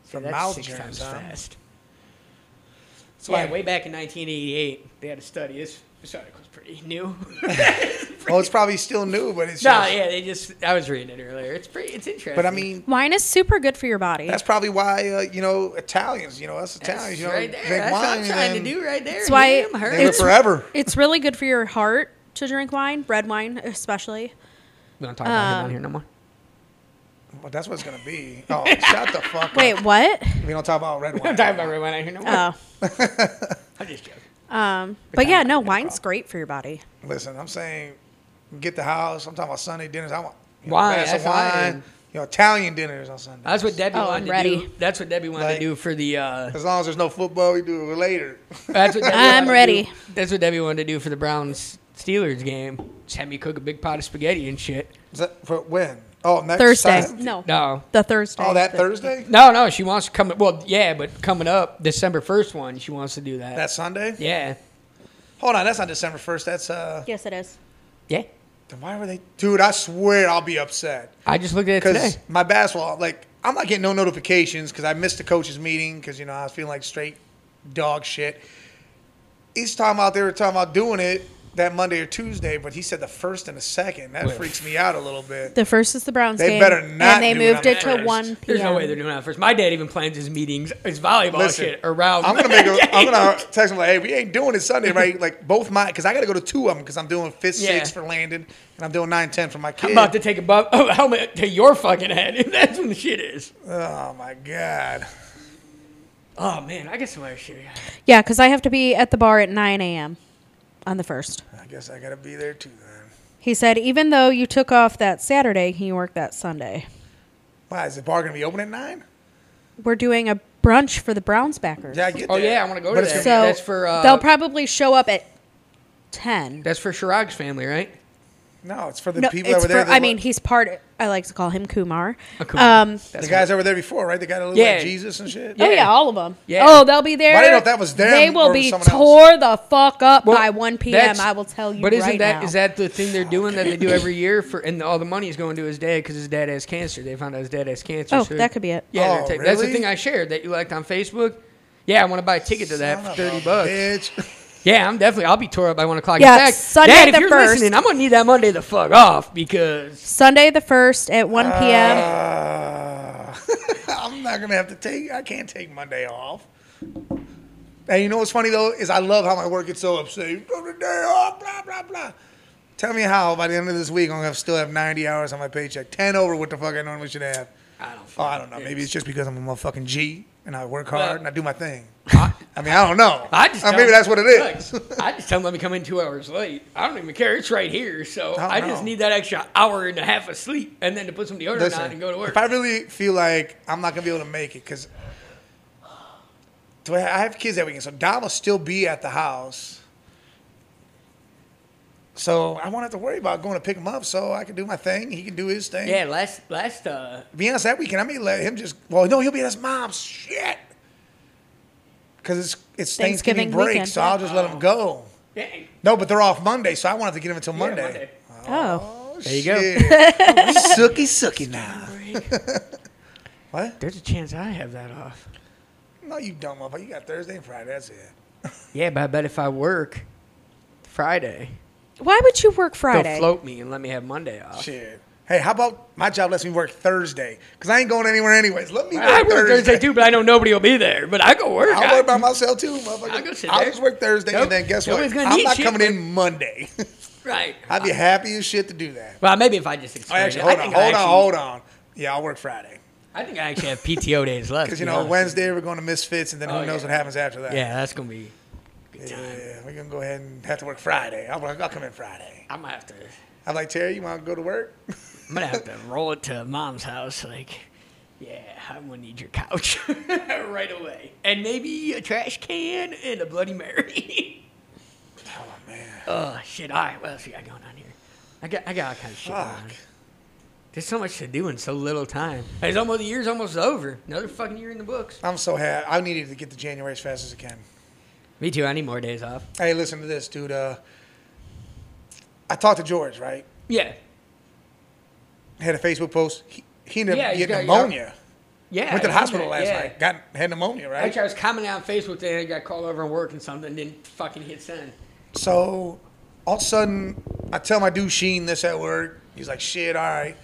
[SPEAKER 1] So
[SPEAKER 2] From
[SPEAKER 1] that's
[SPEAKER 2] mouth
[SPEAKER 1] six
[SPEAKER 2] germs,
[SPEAKER 1] times
[SPEAKER 2] huh?
[SPEAKER 1] fast.
[SPEAKER 2] That's
[SPEAKER 1] So
[SPEAKER 2] why-
[SPEAKER 1] yeah, way back in 1988, they had a study. This, this article's pretty new. <laughs>
[SPEAKER 2] Well, it's probably still new, but it's
[SPEAKER 1] no,
[SPEAKER 2] just.
[SPEAKER 1] yeah, they just. I was reading it earlier. It's pretty. It's interesting.
[SPEAKER 2] But I mean,
[SPEAKER 3] Wine is super good for your body.
[SPEAKER 2] that's probably why uh, you know Italians. You know us Italians.
[SPEAKER 1] that's
[SPEAKER 2] you know,
[SPEAKER 1] right there.
[SPEAKER 2] drink
[SPEAKER 1] That's what I'm
[SPEAKER 2] wine
[SPEAKER 1] trying to
[SPEAKER 2] and
[SPEAKER 1] do right there.
[SPEAKER 3] That's why
[SPEAKER 1] Damn,
[SPEAKER 3] it-
[SPEAKER 1] her.
[SPEAKER 2] They live
[SPEAKER 3] It's-
[SPEAKER 2] forever.
[SPEAKER 3] it's really good for your heart to drink wine, red wine especially.
[SPEAKER 1] <laughs> We don't talk about him on
[SPEAKER 3] Um,
[SPEAKER 1] here no more.
[SPEAKER 2] Well, that's what it's gonna
[SPEAKER 1] <laughs>
[SPEAKER 2] be. Oh, shut the fuck up.
[SPEAKER 3] Wait, <laughs> what?
[SPEAKER 2] We don't talk about red
[SPEAKER 1] We don't
[SPEAKER 2] wine.
[SPEAKER 1] talk about red wine on here no more.
[SPEAKER 3] Oh.
[SPEAKER 1] I'm just joking.
[SPEAKER 3] Um, but yeah, no,
[SPEAKER 1] Botanical.
[SPEAKER 3] wine's great for your body.
[SPEAKER 2] Listen, I'm saying, get the house. I'm talking about Sunday dinners. I want you know,
[SPEAKER 1] Wine,
[SPEAKER 2] glass of
[SPEAKER 1] that's wine.
[SPEAKER 2] wine. You know, Italian dinners on Sunday.
[SPEAKER 1] That's what Debbie
[SPEAKER 3] Oh, I'm
[SPEAKER 1] wanted to
[SPEAKER 3] ready.
[SPEAKER 1] do. That's what Debbie wanted to
[SPEAKER 2] Like-
[SPEAKER 1] do for the. <laughs> Uh,
[SPEAKER 2] As long as there's no football, we do
[SPEAKER 1] <laughs>
[SPEAKER 2] it later.
[SPEAKER 1] that's what Debbie
[SPEAKER 3] I'm
[SPEAKER 1] wanted to
[SPEAKER 3] ready.
[SPEAKER 1] do- That's what Debbie wanted to do for the Browns Steelers game. Just had me cook a big pot of spaghetti and shit.
[SPEAKER 2] Is that for when? Oh, next
[SPEAKER 3] Thursday.
[SPEAKER 2] Sunday?
[SPEAKER 3] No.
[SPEAKER 1] No,
[SPEAKER 3] The Thursday.
[SPEAKER 2] Oh, that
[SPEAKER 3] The-
[SPEAKER 2] Thursday.
[SPEAKER 1] no, no. She wants to come. Well, yeah, but coming up December first one, she wants to do that.
[SPEAKER 2] That Sunday.
[SPEAKER 1] yeah,
[SPEAKER 2] Hold on, that's not December first. That's uh.
[SPEAKER 3] Yes, it is.
[SPEAKER 1] yeah.
[SPEAKER 2] Then why were they? Dude, I swear I'll be upset.
[SPEAKER 1] I just looked at it today.
[SPEAKER 2] because my basketball, like, I'm not getting no notifications because I missed the coaches meeting because you know I was feeling like straight dog shit. Each time out they were talking about doing it that Monday or Tuesday, but he said the first and the second. That
[SPEAKER 1] Wait.
[SPEAKER 2] freaks me out a little bit.
[SPEAKER 3] The first is the Browns
[SPEAKER 2] They
[SPEAKER 3] game.
[SPEAKER 2] better not
[SPEAKER 3] And they
[SPEAKER 2] do it
[SPEAKER 3] moved
[SPEAKER 2] on
[SPEAKER 3] it
[SPEAKER 2] the
[SPEAKER 3] to
[SPEAKER 2] first.
[SPEAKER 3] 1 p.m.
[SPEAKER 1] There's no way they're doing that first. My dad even plans his meetings, his volleyball
[SPEAKER 2] Listen,
[SPEAKER 1] shit around.
[SPEAKER 2] I'm gonna make a, I'm gonna text him like, hey, we ain't doing it Sunday, right? Like both my because I gotta go to two of them because I'm doing fifth,
[SPEAKER 1] Yeah.
[SPEAKER 2] sixth for Landon, and I'm doing nine, ten for my kid.
[SPEAKER 1] <laughs> I'm about to take a <laughs> bu- a helmet to your fucking head. <laughs> That's when the shit is.
[SPEAKER 2] oh my god.
[SPEAKER 1] Oh man, I guess where shit.
[SPEAKER 3] Yeah, because I have to be at the bar at 9 a.m. on the first.
[SPEAKER 2] I guess I gotta be there too then.
[SPEAKER 3] He said, even though you took off that Saturday, can you work that Sunday?
[SPEAKER 2] Why is the bar gonna be open at nine?
[SPEAKER 3] We're doing a brunch for the Browns backers.
[SPEAKER 2] Yeah, I get
[SPEAKER 1] Oh,
[SPEAKER 2] that.
[SPEAKER 1] yeah, I wanna go
[SPEAKER 2] But
[SPEAKER 1] to that.
[SPEAKER 2] it's gonna be-
[SPEAKER 3] So
[SPEAKER 1] That's for, uh,
[SPEAKER 3] they'll probably show up at 10.
[SPEAKER 1] That's for Chirag's family, right?
[SPEAKER 2] No, it's for the
[SPEAKER 3] No,
[SPEAKER 2] people that
[SPEAKER 3] it's
[SPEAKER 2] were there.
[SPEAKER 3] for,
[SPEAKER 2] that
[SPEAKER 3] I mean,
[SPEAKER 2] were-
[SPEAKER 3] he's part. I like to call him Kumar.
[SPEAKER 1] A Oh, Kumar.
[SPEAKER 3] Um,
[SPEAKER 2] the
[SPEAKER 1] That's
[SPEAKER 2] guys that were there before, right? The guy that looked
[SPEAKER 1] Yeah.
[SPEAKER 2] like Jesus and shit.
[SPEAKER 1] Yeah.
[SPEAKER 3] Oh yeah, all of them.
[SPEAKER 1] Yeah.
[SPEAKER 3] Oh, they'll be there.
[SPEAKER 2] Well, I didn't know if that was them
[SPEAKER 3] They will
[SPEAKER 2] or
[SPEAKER 3] be
[SPEAKER 2] someone else.
[SPEAKER 3] tore the fuck up
[SPEAKER 1] Well,
[SPEAKER 3] by 1 p.m.
[SPEAKER 1] that's-
[SPEAKER 3] I will tell you
[SPEAKER 1] But isn't
[SPEAKER 3] right
[SPEAKER 1] that
[SPEAKER 3] now.
[SPEAKER 1] is that the thing they're doing that they do every year for? And all the money is going to his dad because his dad has cancer. They found out his dad has cancer.
[SPEAKER 3] Oh,
[SPEAKER 1] so-
[SPEAKER 3] that could be it.
[SPEAKER 1] Yeah, they're
[SPEAKER 2] Oh,
[SPEAKER 1] ta- that's the
[SPEAKER 2] really?
[SPEAKER 1] thing I shared that you liked on Facebook. Yeah, I want to buy a ticket to that
[SPEAKER 2] Son
[SPEAKER 1] for
[SPEAKER 2] of
[SPEAKER 1] thirty
[SPEAKER 2] a
[SPEAKER 1] bucks.
[SPEAKER 2] Bitch.
[SPEAKER 1] Yeah, I'm definitely. I'll be tore up by one o'clock.
[SPEAKER 3] Yeah,
[SPEAKER 1] In fact,
[SPEAKER 3] Sunday
[SPEAKER 1] Dad, if
[SPEAKER 3] the
[SPEAKER 1] you're
[SPEAKER 3] 1st.
[SPEAKER 1] listening, I'm gonna need that Monday the fuck off because
[SPEAKER 3] Sunday the first at 1 p.m.
[SPEAKER 2] Uh, <laughs> I'm not gonna have to take. I can't take Monday off. And you know what's funny though is I love how my work gets so upset. You took the day off, blah blah blah. Tell me how by the end of this week I'm gonna have, still have 90 hours on my paycheck, 10 over what the fuck I normally should have.
[SPEAKER 1] I don't.
[SPEAKER 2] Oh, I don't know. Maybe it's just because I'm a motherfucking G and I work hard
[SPEAKER 1] Well-
[SPEAKER 2] and I do my thing. I mean, I don't know.
[SPEAKER 1] I just
[SPEAKER 2] Uh,
[SPEAKER 1] tell
[SPEAKER 2] maybe
[SPEAKER 1] them-
[SPEAKER 2] that's what it is.
[SPEAKER 1] Look, I just tell them let me come in two hours late. I don't even care. It's right here, so
[SPEAKER 2] I
[SPEAKER 1] I,
[SPEAKER 2] don't
[SPEAKER 1] just
[SPEAKER 2] know.
[SPEAKER 1] need that extra hour and a half of sleep, and then to put some deodorant on and go to
[SPEAKER 2] Listen,
[SPEAKER 1] work.
[SPEAKER 2] if I really feel like I'm not gonna be able to make it, because do I, I have kids that weekend? So Dom will still be at the house. So I won't have to worry about going to pick him up. So I can do my thing. He can do his thing.
[SPEAKER 1] yeah, last last uh,
[SPEAKER 2] To be honest, that weekend I may let him just. Well, no, he'll be at his mom's. Shit. Because it's it's Thanksgiving,
[SPEAKER 3] Thanksgiving
[SPEAKER 2] break,
[SPEAKER 3] weekend.
[SPEAKER 2] so I'll just let him go.
[SPEAKER 1] dang,
[SPEAKER 2] No, but they're off Monday, so I won't have to get him until Monday. Oh,
[SPEAKER 1] Monday.
[SPEAKER 3] Oh.
[SPEAKER 1] There you go. <laughs>
[SPEAKER 2] sookie sookie now. what?
[SPEAKER 1] there's a chance I have that off.
[SPEAKER 2] No, you dumb motherfucker. You got Thursday and Friday. That's it.
[SPEAKER 1] Yeah, but I bet if I work Friday,
[SPEAKER 3] Why would you work Friday?
[SPEAKER 1] they'll float me and let me have Monday off.
[SPEAKER 2] Shit. Hey, how about my job lets me work Thursday? Because I ain't going anywhere anyways. Let me work
[SPEAKER 1] I work
[SPEAKER 2] Thursday.
[SPEAKER 1] Thursday too, but I know nobody will be there. But I go work.
[SPEAKER 2] I'll
[SPEAKER 1] I-
[SPEAKER 2] work by myself too, motherfucker.
[SPEAKER 1] I'll go sit
[SPEAKER 2] I'll
[SPEAKER 1] there.
[SPEAKER 2] just work Thursday
[SPEAKER 1] Nope.
[SPEAKER 2] and then guess what?
[SPEAKER 1] Nobody's gonna
[SPEAKER 2] I'm
[SPEAKER 1] need
[SPEAKER 2] not
[SPEAKER 1] shit,
[SPEAKER 2] coming
[SPEAKER 1] but-
[SPEAKER 2] in Monday. <laughs>
[SPEAKER 1] right.
[SPEAKER 2] I'd be happy as shit to do that.
[SPEAKER 1] well, maybe if I just
[SPEAKER 2] Oh,
[SPEAKER 1] explain
[SPEAKER 2] actually,
[SPEAKER 1] it.
[SPEAKER 2] hold
[SPEAKER 1] I
[SPEAKER 2] on,
[SPEAKER 1] think
[SPEAKER 2] hold
[SPEAKER 1] I
[SPEAKER 2] on,
[SPEAKER 1] actually-
[SPEAKER 2] hold on. Yeah, I'll work Friday.
[SPEAKER 1] I think I actually have PTO days left.
[SPEAKER 2] Because,
[SPEAKER 1] to
[SPEAKER 2] you
[SPEAKER 1] be
[SPEAKER 2] know,
[SPEAKER 1] honest.
[SPEAKER 2] Wednesday we're going to Misfits, and then
[SPEAKER 1] Oh,
[SPEAKER 2] who knows
[SPEAKER 1] yeah.
[SPEAKER 2] what happens after that.
[SPEAKER 1] Yeah, that's gonna be.
[SPEAKER 2] Yeah, we're going to go ahead and have to work Friday. I'll, I'll come in Friday.
[SPEAKER 1] I'm gonna have to.
[SPEAKER 2] I'm like, Terry, you want to go to work? <laughs>
[SPEAKER 1] I'm gonna have to roll it to mom's house. Like, yeah, I'm gonna need your couch <laughs> right away, and maybe a trash can and a Bloody Mary. <laughs>
[SPEAKER 2] Oh, man.
[SPEAKER 1] oh shit! All right, what else you got going on here? I got, I got all kinds of shit going on.
[SPEAKER 2] Fuck.
[SPEAKER 1] There's so much to do in so little time. It's almost the year's almost over. Another fucking year in the books.
[SPEAKER 2] I'm so happy. I needed to get to January as fast as I can.
[SPEAKER 1] Me too. I need more days off.
[SPEAKER 2] Hey, listen to this, dude. Uh, I talked to George, right?
[SPEAKER 1] Yeah,
[SPEAKER 2] Had a Facebook post. He, he ended up
[SPEAKER 1] Yeah, he's
[SPEAKER 2] getting
[SPEAKER 1] got-
[SPEAKER 2] pneumonia.
[SPEAKER 1] yeah.
[SPEAKER 2] Went to the
[SPEAKER 1] I did
[SPEAKER 2] hospital
[SPEAKER 1] that,
[SPEAKER 2] last
[SPEAKER 1] yeah.
[SPEAKER 2] night. Got had pneumonia, right?
[SPEAKER 1] Actually, I was commenting on Facebook today. I got called over and working something, didn't fucking hit send.
[SPEAKER 2] So all of a sudden, I tell my dude Sheen this at work. He's like, shit, all right.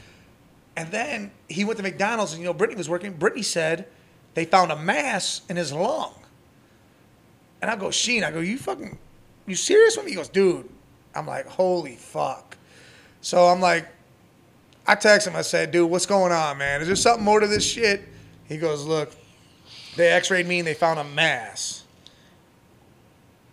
[SPEAKER 2] And then he went to McDonald's and, you know, Brittany was working. Brittany said they found a mass in his lung. And I go, Sheen, I go, you fucking, you serious with me? He goes, dude. I'm like, holy fuck. So I'm like, I text him. I said, dude, what's going on, man? Is there something more to this shit? He goes, look, they x rayed me and they found a mass.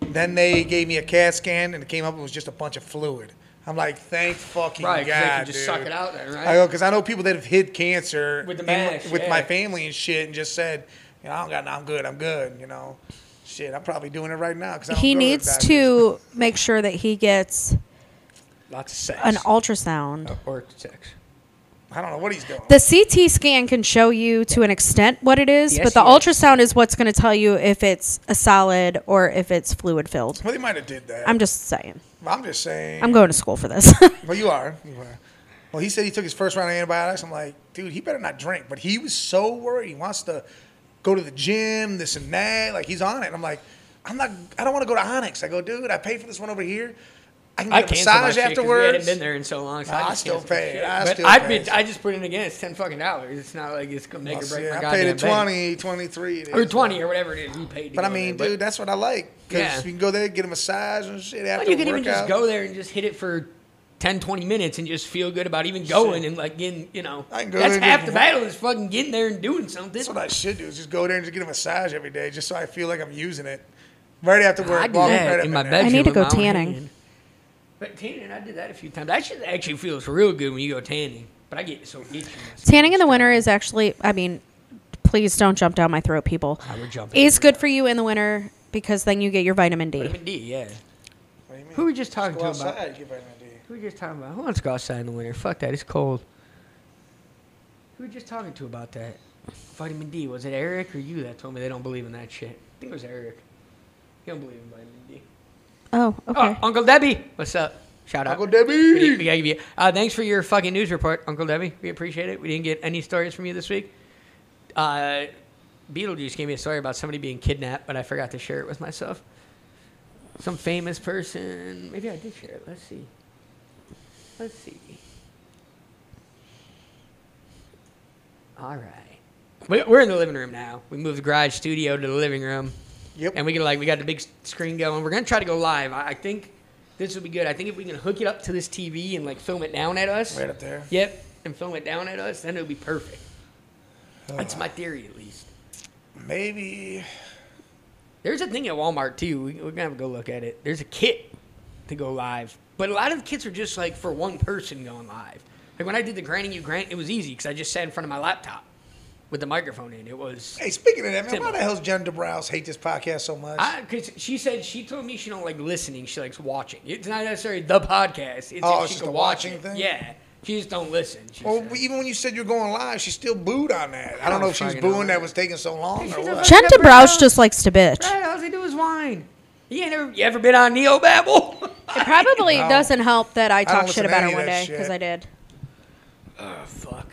[SPEAKER 2] Then they gave me a CAT scan and it came up, it was just a bunch of fluid. I'm like, thank fucking
[SPEAKER 1] Right,
[SPEAKER 2] God.
[SPEAKER 1] because they can just
[SPEAKER 2] dude.
[SPEAKER 1] suck it out then, right?
[SPEAKER 2] I go, because I know people that have hid cancer
[SPEAKER 1] With the
[SPEAKER 2] and
[SPEAKER 1] mash,
[SPEAKER 2] with my
[SPEAKER 1] yeah.
[SPEAKER 2] family and shit and just said, you know, I don't got, no, I'm good, I'm good, you know. Shit, I'm probably doing it right now. 'cause I don't
[SPEAKER 3] he
[SPEAKER 2] go the
[SPEAKER 3] needs
[SPEAKER 2] doctor.
[SPEAKER 3] to make sure that he gets
[SPEAKER 1] Lots of sex.
[SPEAKER 3] an ultrasound.
[SPEAKER 2] Oh,
[SPEAKER 1] or sex.
[SPEAKER 2] I don't know what he's doing.
[SPEAKER 3] The CT scan can show you to an extent what it is,
[SPEAKER 1] Yes,
[SPEAKER 3] but the
[SPEAKER 1] yes.
[SPEAKER 3] ultrasound is what's going to tell you if it's a solid or if it's fluid filled.
[SPEAKER 2] well, they might have did that.
[SPEAKER 3] I'm just saying.
[SPEAKER 2] I'm just saying.
[SPEAKER 3] I'm going to school for this. <laughs>
[SPEAKER 2] Well, you are. You are. Well, he said he took his first round of antibiotics. I'm like, dude, he better not drink. But he was so worried. He wants to go to the gym, this and that. Like he's on it. I'm like, I'm not. I don't want to go to Onyx. I go, dude, I paid for this one over here. I can
[SPEAKER 1] I
[SPEAKER 2] get a
[SPEAKER 1] canceled
[SPEAKER 2] massage
[SPEAKER 1] my shit 'cause We
[SPEAKER 2] afterwards.
[SPEAKER 1] hadn't been there in so long. So
[SPEAKER 2] Nah, I
[SPEAKER 1] I, just
[SPEAKER 2] still
[SPEAKER 1] canceled my
[SPEAKER 2] paid.
[SPEAKER 1] shit.
[SPEAKER 2] I
[SPEAKER 1] But
[SPEAKER 2] still
[SPEAKER 1] I've
[SPEAKER 2] paid.
[SPEAKER 1] been- I just put in again. It's ten fucking dollars. It's not like it's gonna make
[SPEAKER 2] I
[SPEAKER 1] or break my
[SPEAKER 2] said, Oh, I paid
[SPEAKER 1] goddamn
[SPEAKER 2] it
[SPEAKER 1] bank.
[SPEAKER 2] 20, 23. it
[SPEAKER 1] or
[SPEAKER 2] is.
[SPEAKER 1] twenty or whatever it is we paid. To
[SPEAKER 2] But I
[SPEAKER 1] go
[SPEAKER 2] mean,
[SPEAKER 1] there.
[SPEAKER 2] dude, that's what I like. Cause
[SPEAKER 1] Yeah.
[SPEAKER 2] you can go there, get a massage and shit after
[SPEAKER 1] but you can even just
[SPEAKER 2] workout.
[SPEAKER 1] go there and just hit it for 10, 20 minutes and just feel good about even going and like getting you know.
[SPEAKER 2] I can go
[SPEAKER 1] that's
[SPEAKER 2] there and
[SPEAKER 1] half
[SPEAKER 2] just
[SPEAKER 1] the
[SPEAKER 2] walk.
[SPEAKER 1] battle is fucking getting there and doing something.
[SPEAKER 2] That's what I should do. Is just go there and just get a massage every day, just so I feel like I'm using it. Right after work,
[SPEAKER 1] I do
[SPEAKER 2] walk right
[SPEAKER 1] that
[SPEAKER 2] up
[SPEAKER 1] in my
[SPEAKER 2] there.
[SPEAKER 1] bedroom.
[SPEAKER 3] I need to
[SPEAKER 1] with
[SPEAKER 3] go
[SPEAKER 1] my own
[SPEAKER 3] tanning.
[SPEAKER 1] hand. But tanning, I did that a few times. That shit actually feels real good when you go tanning. But I get so itchy.
[SPEAKER 3] Tanning in the winter is actually, I mean, please don't jump down my throat, people.
[SPEAKER 1] I would jump.
[SPEAKER 3] It's good for you in the winter because then you get your vitamin D.
[SPEAKER 1] Vitamin D, yeah.
[SPEAKER 2] What do you mean?
[SPEAKER 1] Who were we just talking
[SPEAKER 2] Go
[SPEAKER 1] to about?
[SPEAKER 2] outside, get vitamin D.
[SPEAKER 1] Who were we just talking about? Who wants to go outside in the winter? Fuck that, it's cold. Who were we just talking to about that? Vitamin D. Was it Eric or you that told me they don't believe in that shit? I think it was Eric. He don't believe in vitamin D.
[SPEAKER 3] Oh, okay.
[SPEAKER 1] Oh, Uncle Debbie, what's up? Shout out, <laughs>
[SPEAKER 2] Uncle
[SPEAKER 1] We, we
[SPEAKER 2] Debbie.
[SPEAKER 1] gotta give you. Uh, thanks for your fucking news report, Uncle Debbie. We appreciate it. We didn't get any stories from you this week. Uh, Beetlejuice gave me a story about somebody being kidnapped, but I forgot to share it with myself. Some famous person. Maybe I did share it. Let's see. Let's see. All right. We- We're in the living room now. We moved the garage studio to the living room.
[SPEAKER 2] Yep.
[SPEAKER 1] And we can like we got the big s- screen going. We're gonna try to go live. I, I think this would be good. I think if we can hook it up to this TV and like film it down at us.
[SPEAKER 2] Right up there.
[SPEAKER 1] Yep. And film it down at us, then it'll be perfect. That's my theory at least.
[SPEAKER 2] Maybe
[SPEAKER 1] There's a thing at Walmart too. We, we're gonna have to go look at it. There's a kit to go live, but a lot of the kits are just like for one person going live. Like when I did the granting you grant, it was easy because I just sat in front of my laptop with the microphone in. It was
[SPEAKER 2] Hey, speaking of that, man, why
[SPEAKER 1] Timber.
[SPEAKER 2] the hell's Jen DeBrows hate this podcast so much?
[SPEAKER 1] because she said she told me she don't like listening. She likes watching. It's not necessarily the podcast. It's if
[SPEAKER 2] Oh, it's
[SPEAKER 1] she
[SPEAKER 2] just
[SPEAKER 1] can
[SPEAKER 2] a
[SPEAKER 1] watch
[SPEAKER 2] watching
[SPEAKER 1] it.
[SPEAKER 2] thing?
[SPEAKER 1] Yeah, she just don't listen. She
[SPEAKER 2] well,
[SPEAKER 1] said.
[SPEAKER 2] even when you said you're going live, she still booed on that. I don't
[SPEAKER 1] don't
[SPEAKER 2] know if she was
[SPEAKER 1] fucking know.
[SPEAKER 2] booing that was taking so long
[SPEAKER 1] She
[SPEAKER 2] or
[SPEAKER 1] doesn't-
[SPEAKER 2] what.
[SPEAKER 1] Jen
[SPEAKER 3] Jen
[SPEAKER 1] Never DeBrouse
[SPEAKER 3] DeBrouse
[SPEAKER 1] know.
[SPEAKER 3] just likes to bitch.
[SPEAKER 1] Right, all they do is whine. You ain't ever, you ever been on Neo Babel? <laughs>
[SPEAKER 3] It probably
[SPEAKER 2] No.
[SPEAKER 3] doesn't help that I
[SPEAKER 2] don't
[SPEAKER 3] talked
[SPEAKER 2] listen
[SPEAKER 3] shit
[SPEAKER 2] to
[SPEAKER 3] about
[SPEAKER 2] any
[SPEAKER 3] her
[SPEAKER 2] of
[SPEAKER 3] one
[SPEAKER 2] that
[SPEAKER 3] day because
[SPEAKER 2] shit.
[SPEAKER 3] I did.
[SPEAKER 1] oh fuck.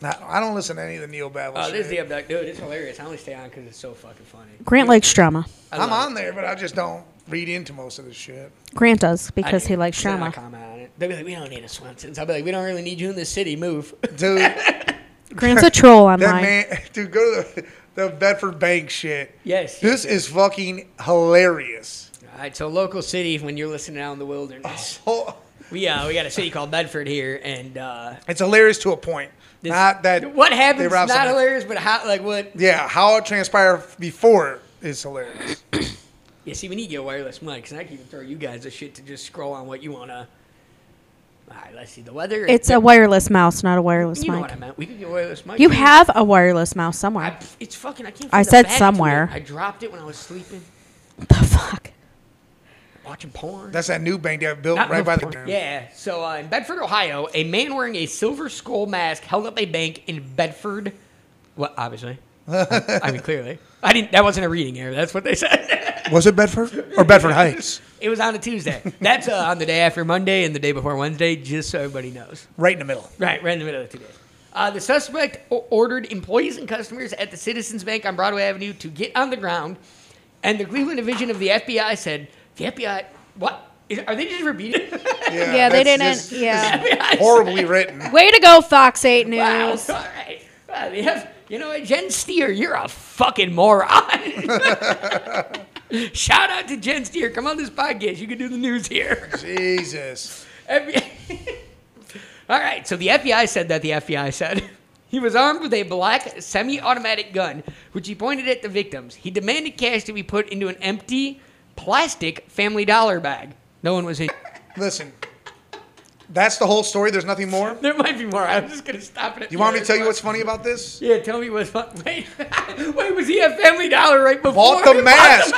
[SPEAKER 2] No, I don't listen to any of the Neil Babel
[SPEAKER 1] Oh, this is
[SPEAKER 2] shit.
[SPEAKER 1] the abduct, dude. It's hilarious. I only stay on because it's so fucking funny.
[SPEAKER 3] Grant likes drama.
[SPEAKER 1] I
[SPEAKER 2] I'm
[SPEAKER 1] love
[SPEAKER 2] on there, but I just don't read into most of this shit.
[SPEAKER 3] Grant does
[SPEAKER 1] it. I
[SPEAKER 3] because
[SPEAKER 1] do.
[SPEAKER 3] he likes
[SPEAKER 1] They're
[SPEAKER 3] drama.
[SPEAKER 1] not comment on it. They'll be like, we don't need a Swenson's. I'll be like, we don't really need you in this city. Move. <laughs>
[SPEAKER 3] <laughs>
[SPEAKER 2] Dude, that
[SPEAKER 3] Grant's a troll online.
[SPEAKER 2] man, dude, go to the, the Bedford Bank shit.
[SPEAKER 1] Yes.
[SPEAKER 2] This is fucking hilarious.
[SPEAKER 1] All right, so local city when you're listening out in the wilderness.
[SPEAKER 2] Oh,
[SPEAKER 1] We uh, we got a city called Bedford here, and uh,
[SPEAKER 2] it's hilarious to a point.
[SPEAKER 1] this-
[SPEAKER 2] not that.
[SPEAKER 1] what
[SPEAKER 2] they
[SPEAKER 1] happens
[SPEAKER 2] robbed
[SPEAKER 1] not
[SPEAKER 2] somebody.
[SPEAKER 1] hilarious, but how like what?
[SPEAKER 2] Yeah, how it transpired before is hilarious.
[SPEAKER 1] Yeah, see, we need to get wireless mics, and I can even throw you guys a shit to just scroll on what you wanna. All right, let's see the weather.
[SPEAKER 3] It's a wireless mouse, not a wireless
[SPEAKER 1] you know what
[SPEAKER 3] mic.
[SPEAKER 1] I meant. We could get wireless mics.
[SPEAKER 3] You
[SPEAKER 1] man.
[SPEAKER 3] have a wireless mouse
[SPEAKER 1] I,
[SPEAKER 3] somewhere.
[SPEAKER 1] it's fucking. I can't.
[SPEAKER 3] I
[SPEAKER 1] find the
[SPEAKER 3] said
[SPEAKER 1] battery to it.
[SPEAKER 3] somewhere.
[SPEAKER 1] I dropped it when I was sleeping,
[SPEAKER 3] The fuck?
[SPEAKER 1] watching porn.
[SPEAKER 2] That's that new bank that built
[SPEAKER 1] Not
[SPEAKER 2] right by
[SPEAKER 1] North
[SPEAKER 2] the.
[SPEAKER 1] Point. Yeah. So uh, in Bedford, Ohio, a man wearing a silver skull mask held up a bank in Bedford. Well,
[SPEAKER 2] <laughs>
[SPEAKER 1] obviously. I, I mean, clearly. I didn't. That wasn't a reading error. That's what they said. <laughs>
[SPEAKER 2] Was it Bedford or Bedford Heights?
[SPEAKER 1] it was on a Tuesday. That's uh, on the day after Monday and the day before Wednesday, just so everybody knows.
[SPEAKER 2] Right in the middle.
[SPEAKER 1] Right, right in the middle of the two days. Uh, the suspect o- ordered employees and customers at the Citizens Bank on Broadway Avenue to get on the ground, and the Cleveland division of the FBI said, "The FBI, what? Is, are they just repeating?" <laughs>
[SPEAKER 2] Yeah,
[SPEAKER 3] Yeah,
[SPEAKER 2] that's
[SPEAKER 3] they didn't.
[SPEAKER 2] just-
[SPEAKER 3] yeah.
[SPEAKER 2] <laughs> horribly written.
[SPEAKER 3] Way to go, Fox 8 News.
[SPEAKER 1] Wow. <laughs> All right. Well, you, have, you know what, Jen Steer, you're a fucking moron. <laughs> Shout out to Jen Steer. Come on this podcast. You can do the news here.
[SPEAKER 2] Jesus.
[SPEAKER 1] FBI <laughs> All right. So the FBI said that the FBI said <laughs> he was armed with a black semi-automatic gun, which he pointed at the victims. He demanded cash to be put into an empty plastic Family Dollar bag. No one was in.
[SPEAKER 2] Listen, that's the whole story. There's nothing more.
[SPEAKER 1] <laughs> There might be more. I'm just gonna stop it. at
[SPEAKER 2] You want me
[SPEAKER 1] here.
[SPEAKER 2] to tell you what's funny about
[SPEAKER 1] <laughs>
[SPEAKER 2] this?
[SPEAKER 1] Yeah, tell me what's <laughs> fun. Wait, wait, was he at Family Dollar right before? <laughs>
[SPEAKER 2] Bought
[SPEAKER 1] he
[SPEAKER 2] the mask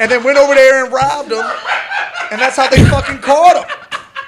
[SPEAKER 2] and then went over there and robbed him, and that's how they fucking caught him.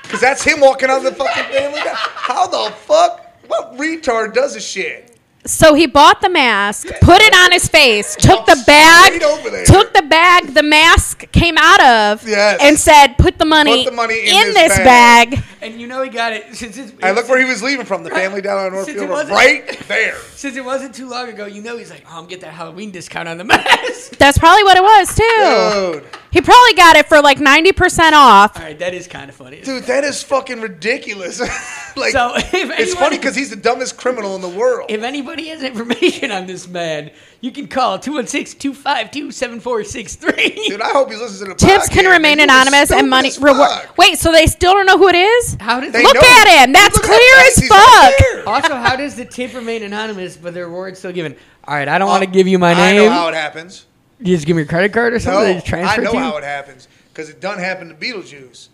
[SPEAKER 2] Cause that's him walking out of the fucking family. Dollar. How the fuck? What retard does this shit?
[SPEAKER 3] So he bought the mask, put it on his face, took the bag,
[SPEAKER 2] straight over there.
[SPEAKER 3] took the bag the mask came out of,
[SPEAKER 2] Yes.
[SPEAKER 3] and said, "Put the money,
[SPEAKER 2] Put the money in
[SPEAKER 3] in
[SPEAKER 2] this
[SPEAKER 3] this
[SPEAKER 2] bag."
[SPEAKER 3] bag.
[SPEAKER 1] And you know he got it since it's,
[SPEAKER 2] I look where he was leaving from. The family down on
[SPEAKER 1] Since it
[SPEAKER 2] Northfield,
[SPEAKER 1] wasn't-
[SPEAKER 2] right there.
[SPEAKER 1] since it wasn't too long ago. You know he's like, oh, I'm get that Halloween discount on the <laughs> mask.
[SPEAKER 3] That's probably what it was too.
[SPEAKER 2] Dude,
[SPEAKER 3] He probably got it for like ninety percent off.
[SPEAKER 1] All right, that is kind of funny.
[SPEAKER 2] dude, that is fucking ridiculous. <laughs> like,
[SPEAKER 1] So, <laughs> if
[SPEAKER 2] it's
[SPEAKER 1] anyone-
[SPEAKER 2] funny because he's the dumbest criminal in the world.
[SPEAKER 1] If anybody has information on this man, you can call 216-252-7463.
[SPEAKER 2] Dude, I hope he listens to the
[SPEAKER 3] Tips
[SPEAKER 2] podcast,
[SPEAKER 3] can
[SPEAKER 2] man. You
[SPEAKER 3] remain
[SPEAKER 2] were
[SPEAKER 3] anonymous
[SPEAKER 2] stupid
[SPEAKER 3] and money
[SPEAKER 2] as
[SPEAKER 3] reward.
[SPEAKER 2] fuck.
[SPEAKER 3] Wait, so they still don't know who
[SPEAKER 2] <laughs>
[SPEAKER 3] it is?
[SPEAKER 1] <laughs> How does
[SPEAKER 2] They
[SPEAKER 1] it
[SPEAKER 3] Look
[SPEAKER 2] know.
[SPEAKER 3] at him. That's
[SPEAKER 2] Look at
[SPEAKER 3] clear
[SPEAKER 2] that
[SPEAKER 3] as
[SPEAKER 2] face. He's right
[SPEAKER 3] fuck.
[SPEAKER 2] there.
[SPEAKER 1] also, how does the tip remain anonymous but the reward's still given? All right, I don't want
[SPEAKER 2] Uh,
[SPEAKER 1] to give you my
[SPEAKER 2] I
[SPEAKER 1] name.
[SPEAKER 2] know how it happens.
[SPEAKER 1] you just give me your credit card or
[SPEAKER 2] No,
[SPEAKER 1] something. they just
[SPEAKER 2] I
[SPEAKER 1] transfer
[SPEAKER 2] know
[SPEAKER 1] to you?
[SPEAKER 2] how it happens because it done happened to Beetlejuice.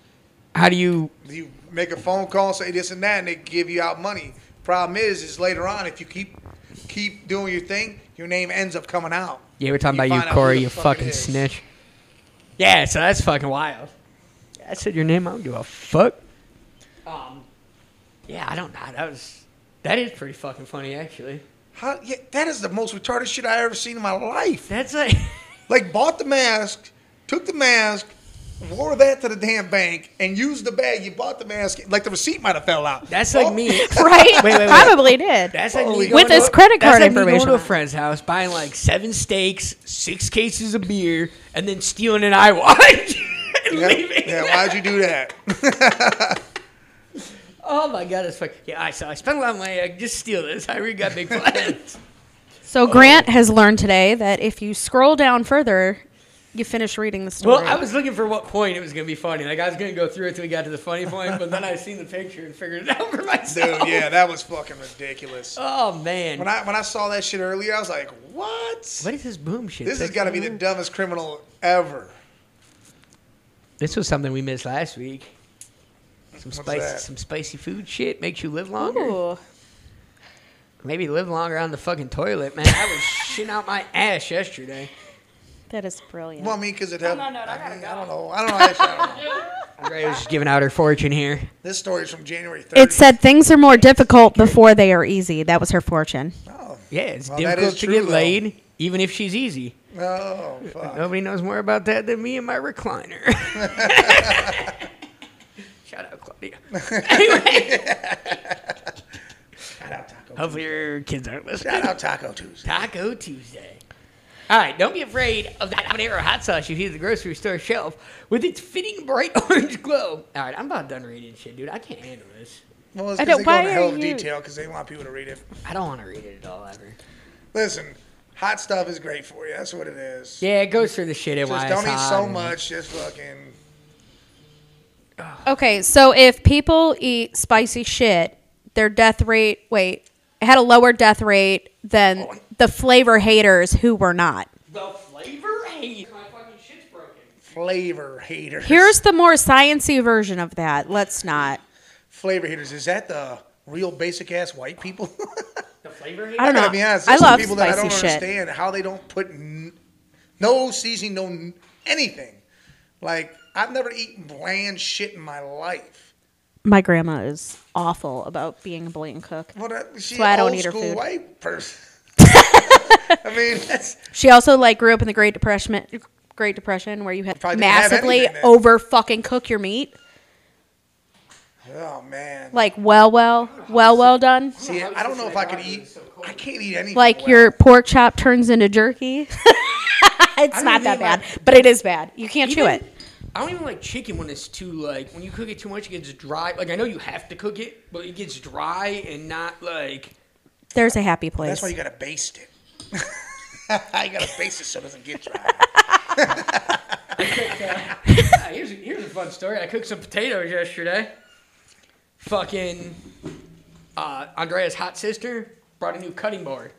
[SPEAKER 1] how do you
[SPEAKER 2] You make a phone call, say this and that, and they give you out money. Problem is, is later on if you keep keep doing your thing, your name ends up coming out.
[SPEAKER 1] Yeah, we're talking
[SPEAKER 2] You
[SPEAKER 1] about
[SPEAKER 2] find out
[SPEAKER 1] you,
[SPEAKER 2] who
[SPEAKER 1] Corey,
[SPEAKER 2] the
[SPEAKER 1] you
[SPEAKER 2] fuck it
[SPEAKER 1] fucking
[SPEAKER 2] is.
[SPEAKER 1] snitch. Yeah, so that's fucking wild. I said your name, I don't give a fuck. Um, yeah, I don't know. That was that is pretty fucking funny, actually.
[SPEAKER 2] How, yeah, that is the most retarded shit I ever seen in my life.
[SPEAKER 1] That's like <laughs>
[SPEAKER 2] Like bought the mask, took the mask, wore that to the damn bank, and used the bag. You bought the mask, like the receipt might have fell out.
[SPEAKER 1] that's like me.
[SPEAKER 3] <laughs> Right?
[SPEAKER 1] Wait, wait, wait.
[SPEAKER 3] Probably did.
[SPEAKER 1] That's like me
[SPEAKER 2] Holy
[SPEAKER 1] going
[SPEAKER 3] With
[SPEAKER 1] to-
[SPEAKER 3] his credit
[SPEAKER 1] that's
[SPEAKER 3] card
[SPEAKER 1] like me
[SPEAKER 3] information.
[SPEAKER 1] Going to a friend's house, buying like seven steaks, six cases of beer, and then stealing an eye watch <laughs> and
[SPEAKER 2] Yeah,
[SPEAKER 1] leaving.
[SPEAKER 2] yeah, why'd you do that?
[SPEAKER 1] <laughs> Oh my god, that's fuck. Yeah, I so I spent a lot of money. I could just steal this. I really
[SPEAKER 2] <laughs>
[SPEAKER 1] got big plans.
[SPEAKER 2] Oh.
[SPEAKER 3] So Grant has learned today that if you scroll down further, you finish reading the story.
[SPEAKER 1] Well, I was looking for what point it was gonna be funny. Like I was gonna go through it till we got to the funny point, but then I seen the picture and figured it out for myself.
[SPEAKER 2] <laughs> Dude, yeah, that was fucking ridiculous.
[SPEAKER 1] Oh man.
[SPEAKER 2] When I when I saw that shit earlier, I was like, what?
[SPEAKER 1] what is this boom shit?
[SPEAKER 2] This has got to be the dumbest criminal ever.
[SPEAKER 1] This was something we missed last week. Some
[SPEAKER 2] What's
[SPEAKER 1] spicy,
[SPEAKER 2] that?
[SPEAKER 1] some spicy food shit makes you live longer.
[SPEAKER 3] Ooh.
[SPEAKER 1] Maybe live longer on the fucking toilet, man. I was <laughs> shitting out my ass yesterday.
[SPEAKER 3] That is brilliant.
[SPEAKER 2] Well, I mean, because it helped.
[SPEAKER 3] Oh, no, no, I
[SPEAKER 2] I,
[SPEAKER 3] gotta
[SPEAKER 2] mean,
[SPEAKER 3] go.
[SPEAKER 2] I don't know. I don't know. Actually, I don't know.
[SPEAKER 3] <laughs>
[SPEAKER 1] Andrea was just giving out her fortune here.
[SPEAKER 2] This story is from January 30th.
[SPEAKER 3] it said things are more difficult before they are easy. That was her fortune.
[SPEAKER 2] Oh,
[SPEAKER 1] Yeah, it's
[SPEAKER 2] Well, that
[SPEAKER 1] difficult
[SPEAKER 2] is
[SPEAKER 1] to
[SPEAKER 2] true,
[SPEAKER 1] get
[SPEAKER 2] though.
[SPEAKER 1] laid, even if she's easy.
[SPEAKER 2] oh, fuck.
[SPEAKER 1] Nobody knows more about that than me and my
[SPEAKER 2] <laughs>
[SPEAKER 1] recliner. <laughs> Shout out, Claudia. <laughs> Anyway.
[SPEAKER 2] Shout out Taco.
[SPEAKER 1] Hopefully your kids aren't listening.
[SPEAKER 2] Shout out Taco Tuesday.
[SPEAKER 1] Taco Tuesday. All right, don't be afraid of that habanero hot sauce you see at the grocery store shelf with its fitting bright <laughs> orange glow. All right, I'm about done reading shit, dude. I can't handle this.
[SPEAKER 2] Well, it's
[SPEAKER 3] I
[SPEAKER 2] because they
[SPEAKER 3] don't-
[SPEAKER 2] go
[SPEAKER 3] why
[SPEAKER 2] into hell
[SPEAKER 3] are
[SPEAKER 2] of
[SPEAKER 3] you-
[SPEAKER 2] detail because they want people to read it.
[SPEAKER 1] I don't want to read it at all ever.
[SPEAKER 2] Listen, hot stuff is great for you. That's what it is.
[SPEAKER 1] Yeah, it goes through the shit at
[SPEAKER 2] Just
[SPEAKER 1] why
[SPEAKER 2] don't
[SPEAKER 1] it's
[SPEAKER 2] eat
[SPEAKER 1] hot
[SPEAKER 2] so
[SPEAKER 1] and-
[SPEAKER 2] much. Just fucking.
[SPEAKER 3] Okay, so if people eat spicy shit, their death rate wait had a lower death rate than the flavor haters who were not.
[SPEAKER 1] The flavor hate. My fucking shit's broken.
[SPEAKER 2] Flavor haters.
[SPEAKER 3] Here's the more sciency version of that. Let's not.
[SPEAKER 2] flavor haters. Is that the real basic ass white people? <laughs>
[SPEAKER 1] The flavor hate.
[SPEAKER 3] I don't know.
[SPEAKER 2] gotta be honest.
[SPEAKER 3] I
[SPEAKER 2] There's some
[SPEAKER 3] love
[SPEAKER 2] people that I
[SPEAKER 3] spicy
[SPEAKER 2] don't
[SPEAKER 3] shit.
[SPEAKER 2] understand how they don't put n- no seasoning, no n- anything. Like I've never eaten bland shit in my life.
[SPEAKER 3] My grandma is awful about being a bland cook.
[SPEAKER 2] Well, that, she's
[SPEAKER 3] why I
[SPEAKER 2] an
[SPEAKER 3] don't
[SPEAKER 2] old
[SPEAKER 3] eat her
[SPEAKER 2] school
[SPEAKER 3] food.
[SPEAKER 2] white person.
[SPEAKER 3] <laughs>
[SPEAKER 2] I mean, that's
[SPEAKER 3] She also like grew up in the Great Depression, Great Depression, where you had
[SPEAKER 2] Probably didn't have
[SPEAKER 3] massively
[SPEAKER 2] anything then.
[SPEAKER 3] over fucking cook your meat.
[SPEAKER 2] oh man.
[SPEAKER 3] Like well, well, well, well done.
[SPEAKER 2] See, I don't know if I could eat. I can't eat anything.
[SPEAKER 3] Like
[SPEAKER 2] well.
[SPEAKER 3] your pork chop turns into jerky. <laughs> it's
[SPEAKER 1] don't
[SPEAKER 3] not that
[SPEAKER 1] even like-
[SPEAKER 3] bad, but it is bad. You can't chew
[SPEAKER 1] Even-
[SPEAKER 3] it.
[SPEAKER 1] I don't even like chicken when it's too like when you cook it too much, it gets dry. Like I know you have to cook it, but it gets dry and not like.
[SPEAKER 3] There's a happy place.
[SPEAKER 2] That's why you gotta baste it. <laughs> I gotta baste it so it doesn't get dry.
[SPEAKER 1] Ah, <laughs> here's a, here's a fun story. I cooked some potatoes yesterday. Fucking uh, Andrea's hot sister brought a new cutting board.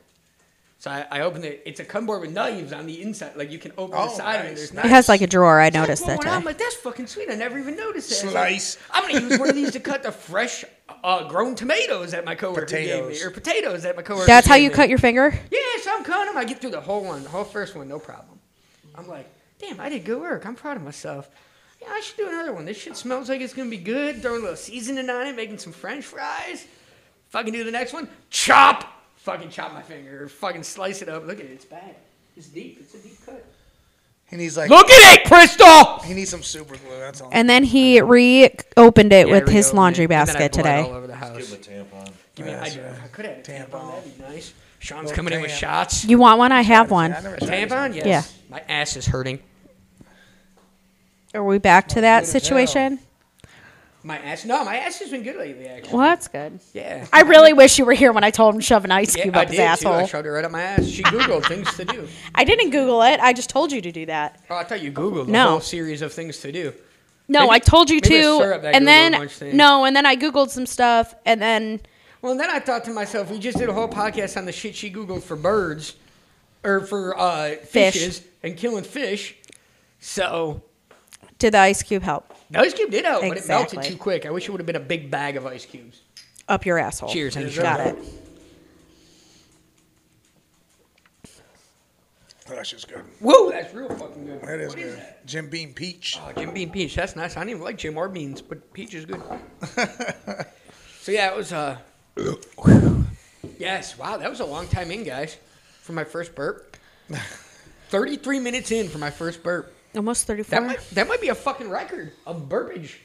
[SPEAKER 1] So I, I opened it. It's a cutting board with knives on the inside. Like you can open the
[SPEAKER 2] Oh,
[SPEAKER 1] side and
[SPEAKER 2] nice,
[SPEAKER 1] there's
[SPEAKER 2] nice.
[SPEAKER 1] knives.
[SPEAKER 3] it has like a drawer. I
[SPEAKER 1] So I
[SPEAKER 3] noticed
[SPEAKER 1] pulled
[SPEAKER 3] that
[SPEAKER 1] one out, I'm
[SPEAKER 3] today.
[SPEAKER 1] like, that's fucking sweet. I never even noticed that.
[SPEAKER 2] Slice.
[SPEAKER 1] I'm gonna use one of these to cut the fresh uh, grown tomatoes that my coworker gave
[SPEAKER 2] Potatoes.
[SPEAKER 1] me, or potatoes that my coworker.
[SPEAKER 3] That's how
[SPEAKER 1] gave
[SPEAKER 3] you
[SPEAKER 1] me.
[SPEAKER 3] cut your finger.
[SPEAKER 1] Yeah, so I'm cutting them. I get through the whole one, the whole first one, no problem. I'm like, damn, I did good work. I'm proud of myself. Yeah, I should do another one. This shit smells like it's gonna be good. Throwing a little seasoning on it, making some French fries. Fucking do the next one. Chop. Fucking chop my finger. Fucking slice it up. Look at it. It's bad. It's deep. It's a deep cut.
[SPEAKER 2] He needs like
[SPEAKER 1] Look at it, Crystal.
[SPEAKER 2] he needs some super glue. That's all.
[SPEAKER 3] And then he reopened it
[SPEAKER 1] Yeah,
[SPEAKER 3] with his
[SPEAKER 1] reopen
[SPEAKER 3] laundry
[SPEAKER 1] it, and then I
[SPEAKER 3] basket
[SPEAKER 1] pour it
[SPEAKER 3] today.
[SPEAKER 1] all over the house.
[SPEAKER 5] Give him a tampon.
[SPEAKER 1] Give me a
[SPEAKER 2] Yeah,
[SPEAKER 1] hydro-
[SPEAKER 2] that's
[SPEAKER 1] if I could have a tampon.
[SPEAKER 2] Tampon.
[SPEAKER 1] That'd be nice. Sean's
[SPEAKER 2] Little
[SPEAKER 1] coming in with
[SPEAKER 2] tam-
[SPEAKER 1] shots.
[SPEAKER 3] You want one? I have one.
[SPEAKER 2] I never
[SPEAKER 1] A
[SPEAKER 2] tried this
[SPEAKER 1] tampon? Yes.
[SPEAKER 3] Yeah.
[SPEAKER 1] My ass is hurting.
[SPEAKER 3] Are we back to that
[SPEAKER 2] as hell.
[SPEAKER 3] situation?
[SPEAKER 1] My ass? No, my ass has been good lately, actually.
[SPEAKER 3] Well, that's good.
[SPEAKER 1] Yeah.
[SPEAKER 3] I really wish you were here when I told him to shove an ice
[SPEAKER 1] yeah,
[SPEAKER 3] cube
[SPEAKER 1] I
[SPEAKER 3] up
[SPEAKER 1] did
[SPEAKER 3] his
[SPEAKER 1] too. I
[SPEAKER 3] asshole.
[SPEAKER 1] shoved it right up my ass. She Googled things to do.
[SPEAKER 3] I didn't Google it. I just told you to do that.
[SPEAKER 1] Oh, I thought you Googled the
[SPEAKER 3] No.
[SPEAKER 1] whole series of things to do.
[SPEAKER 3] No,
[SPEAKER 1] Maybe-
[SPEAKER 3] I told you
[SPEAKER 1] maybe
[SPEAKER 3] to,
[SPEAKER 1] stir up that
[SPEAKER 3] and
[SPEAKER 1] Google
[SPEAKER 3] then
[SPEAKER 1] lunch thing.
[SPEAKER 3] no, and then I googled some stuff, and then
[SPEAKER 1] Well, and then I thought to myself, we just did a whole podcast on the shit she Googled for birds or for uh,
[SPEAKER 3] Fish.
[SPEAKER 1] fishes and killing fish. So
[SPEAKER 3] did the ice cube help
[SPEAKER 1] the ice cube did out, but it melted
[SPEAKER 3] Exactly.
[SPEAKER 1] too quick. I wish it would have been a big bag of ice cubes.
[SPEAKER 3] up your asshole?
[SPEAKER 1] Cheers, honey.
[SPEAKER 3] got it.
[SPEAKER 2] Oh, that's just good.
[SPEAKER 1] Whoa, that's real fucking good.
[SPEAKER 2] That is
[SPEAKER 1] What
[SPEAKER 2] good.
[SPEAKER 1] that?
[SPEAKER 2] Jim Beam Peach.
[SPEAKER 1] Oh, Jim Beam peach. That's nice. I don't even like Jim or beans, but peach is good. <laughs> so yeah, it was. uh Yes. Wow, that was a long time in, guys. For my first <laughs> burp. Thirty-three minutes in for my first burp.
[SPEAKER 3] Almost
[SPEAKER 1] That
[SPEAKER 3] thirty-four.
[SPEAKER 1] might that might be a fucking record of burpage.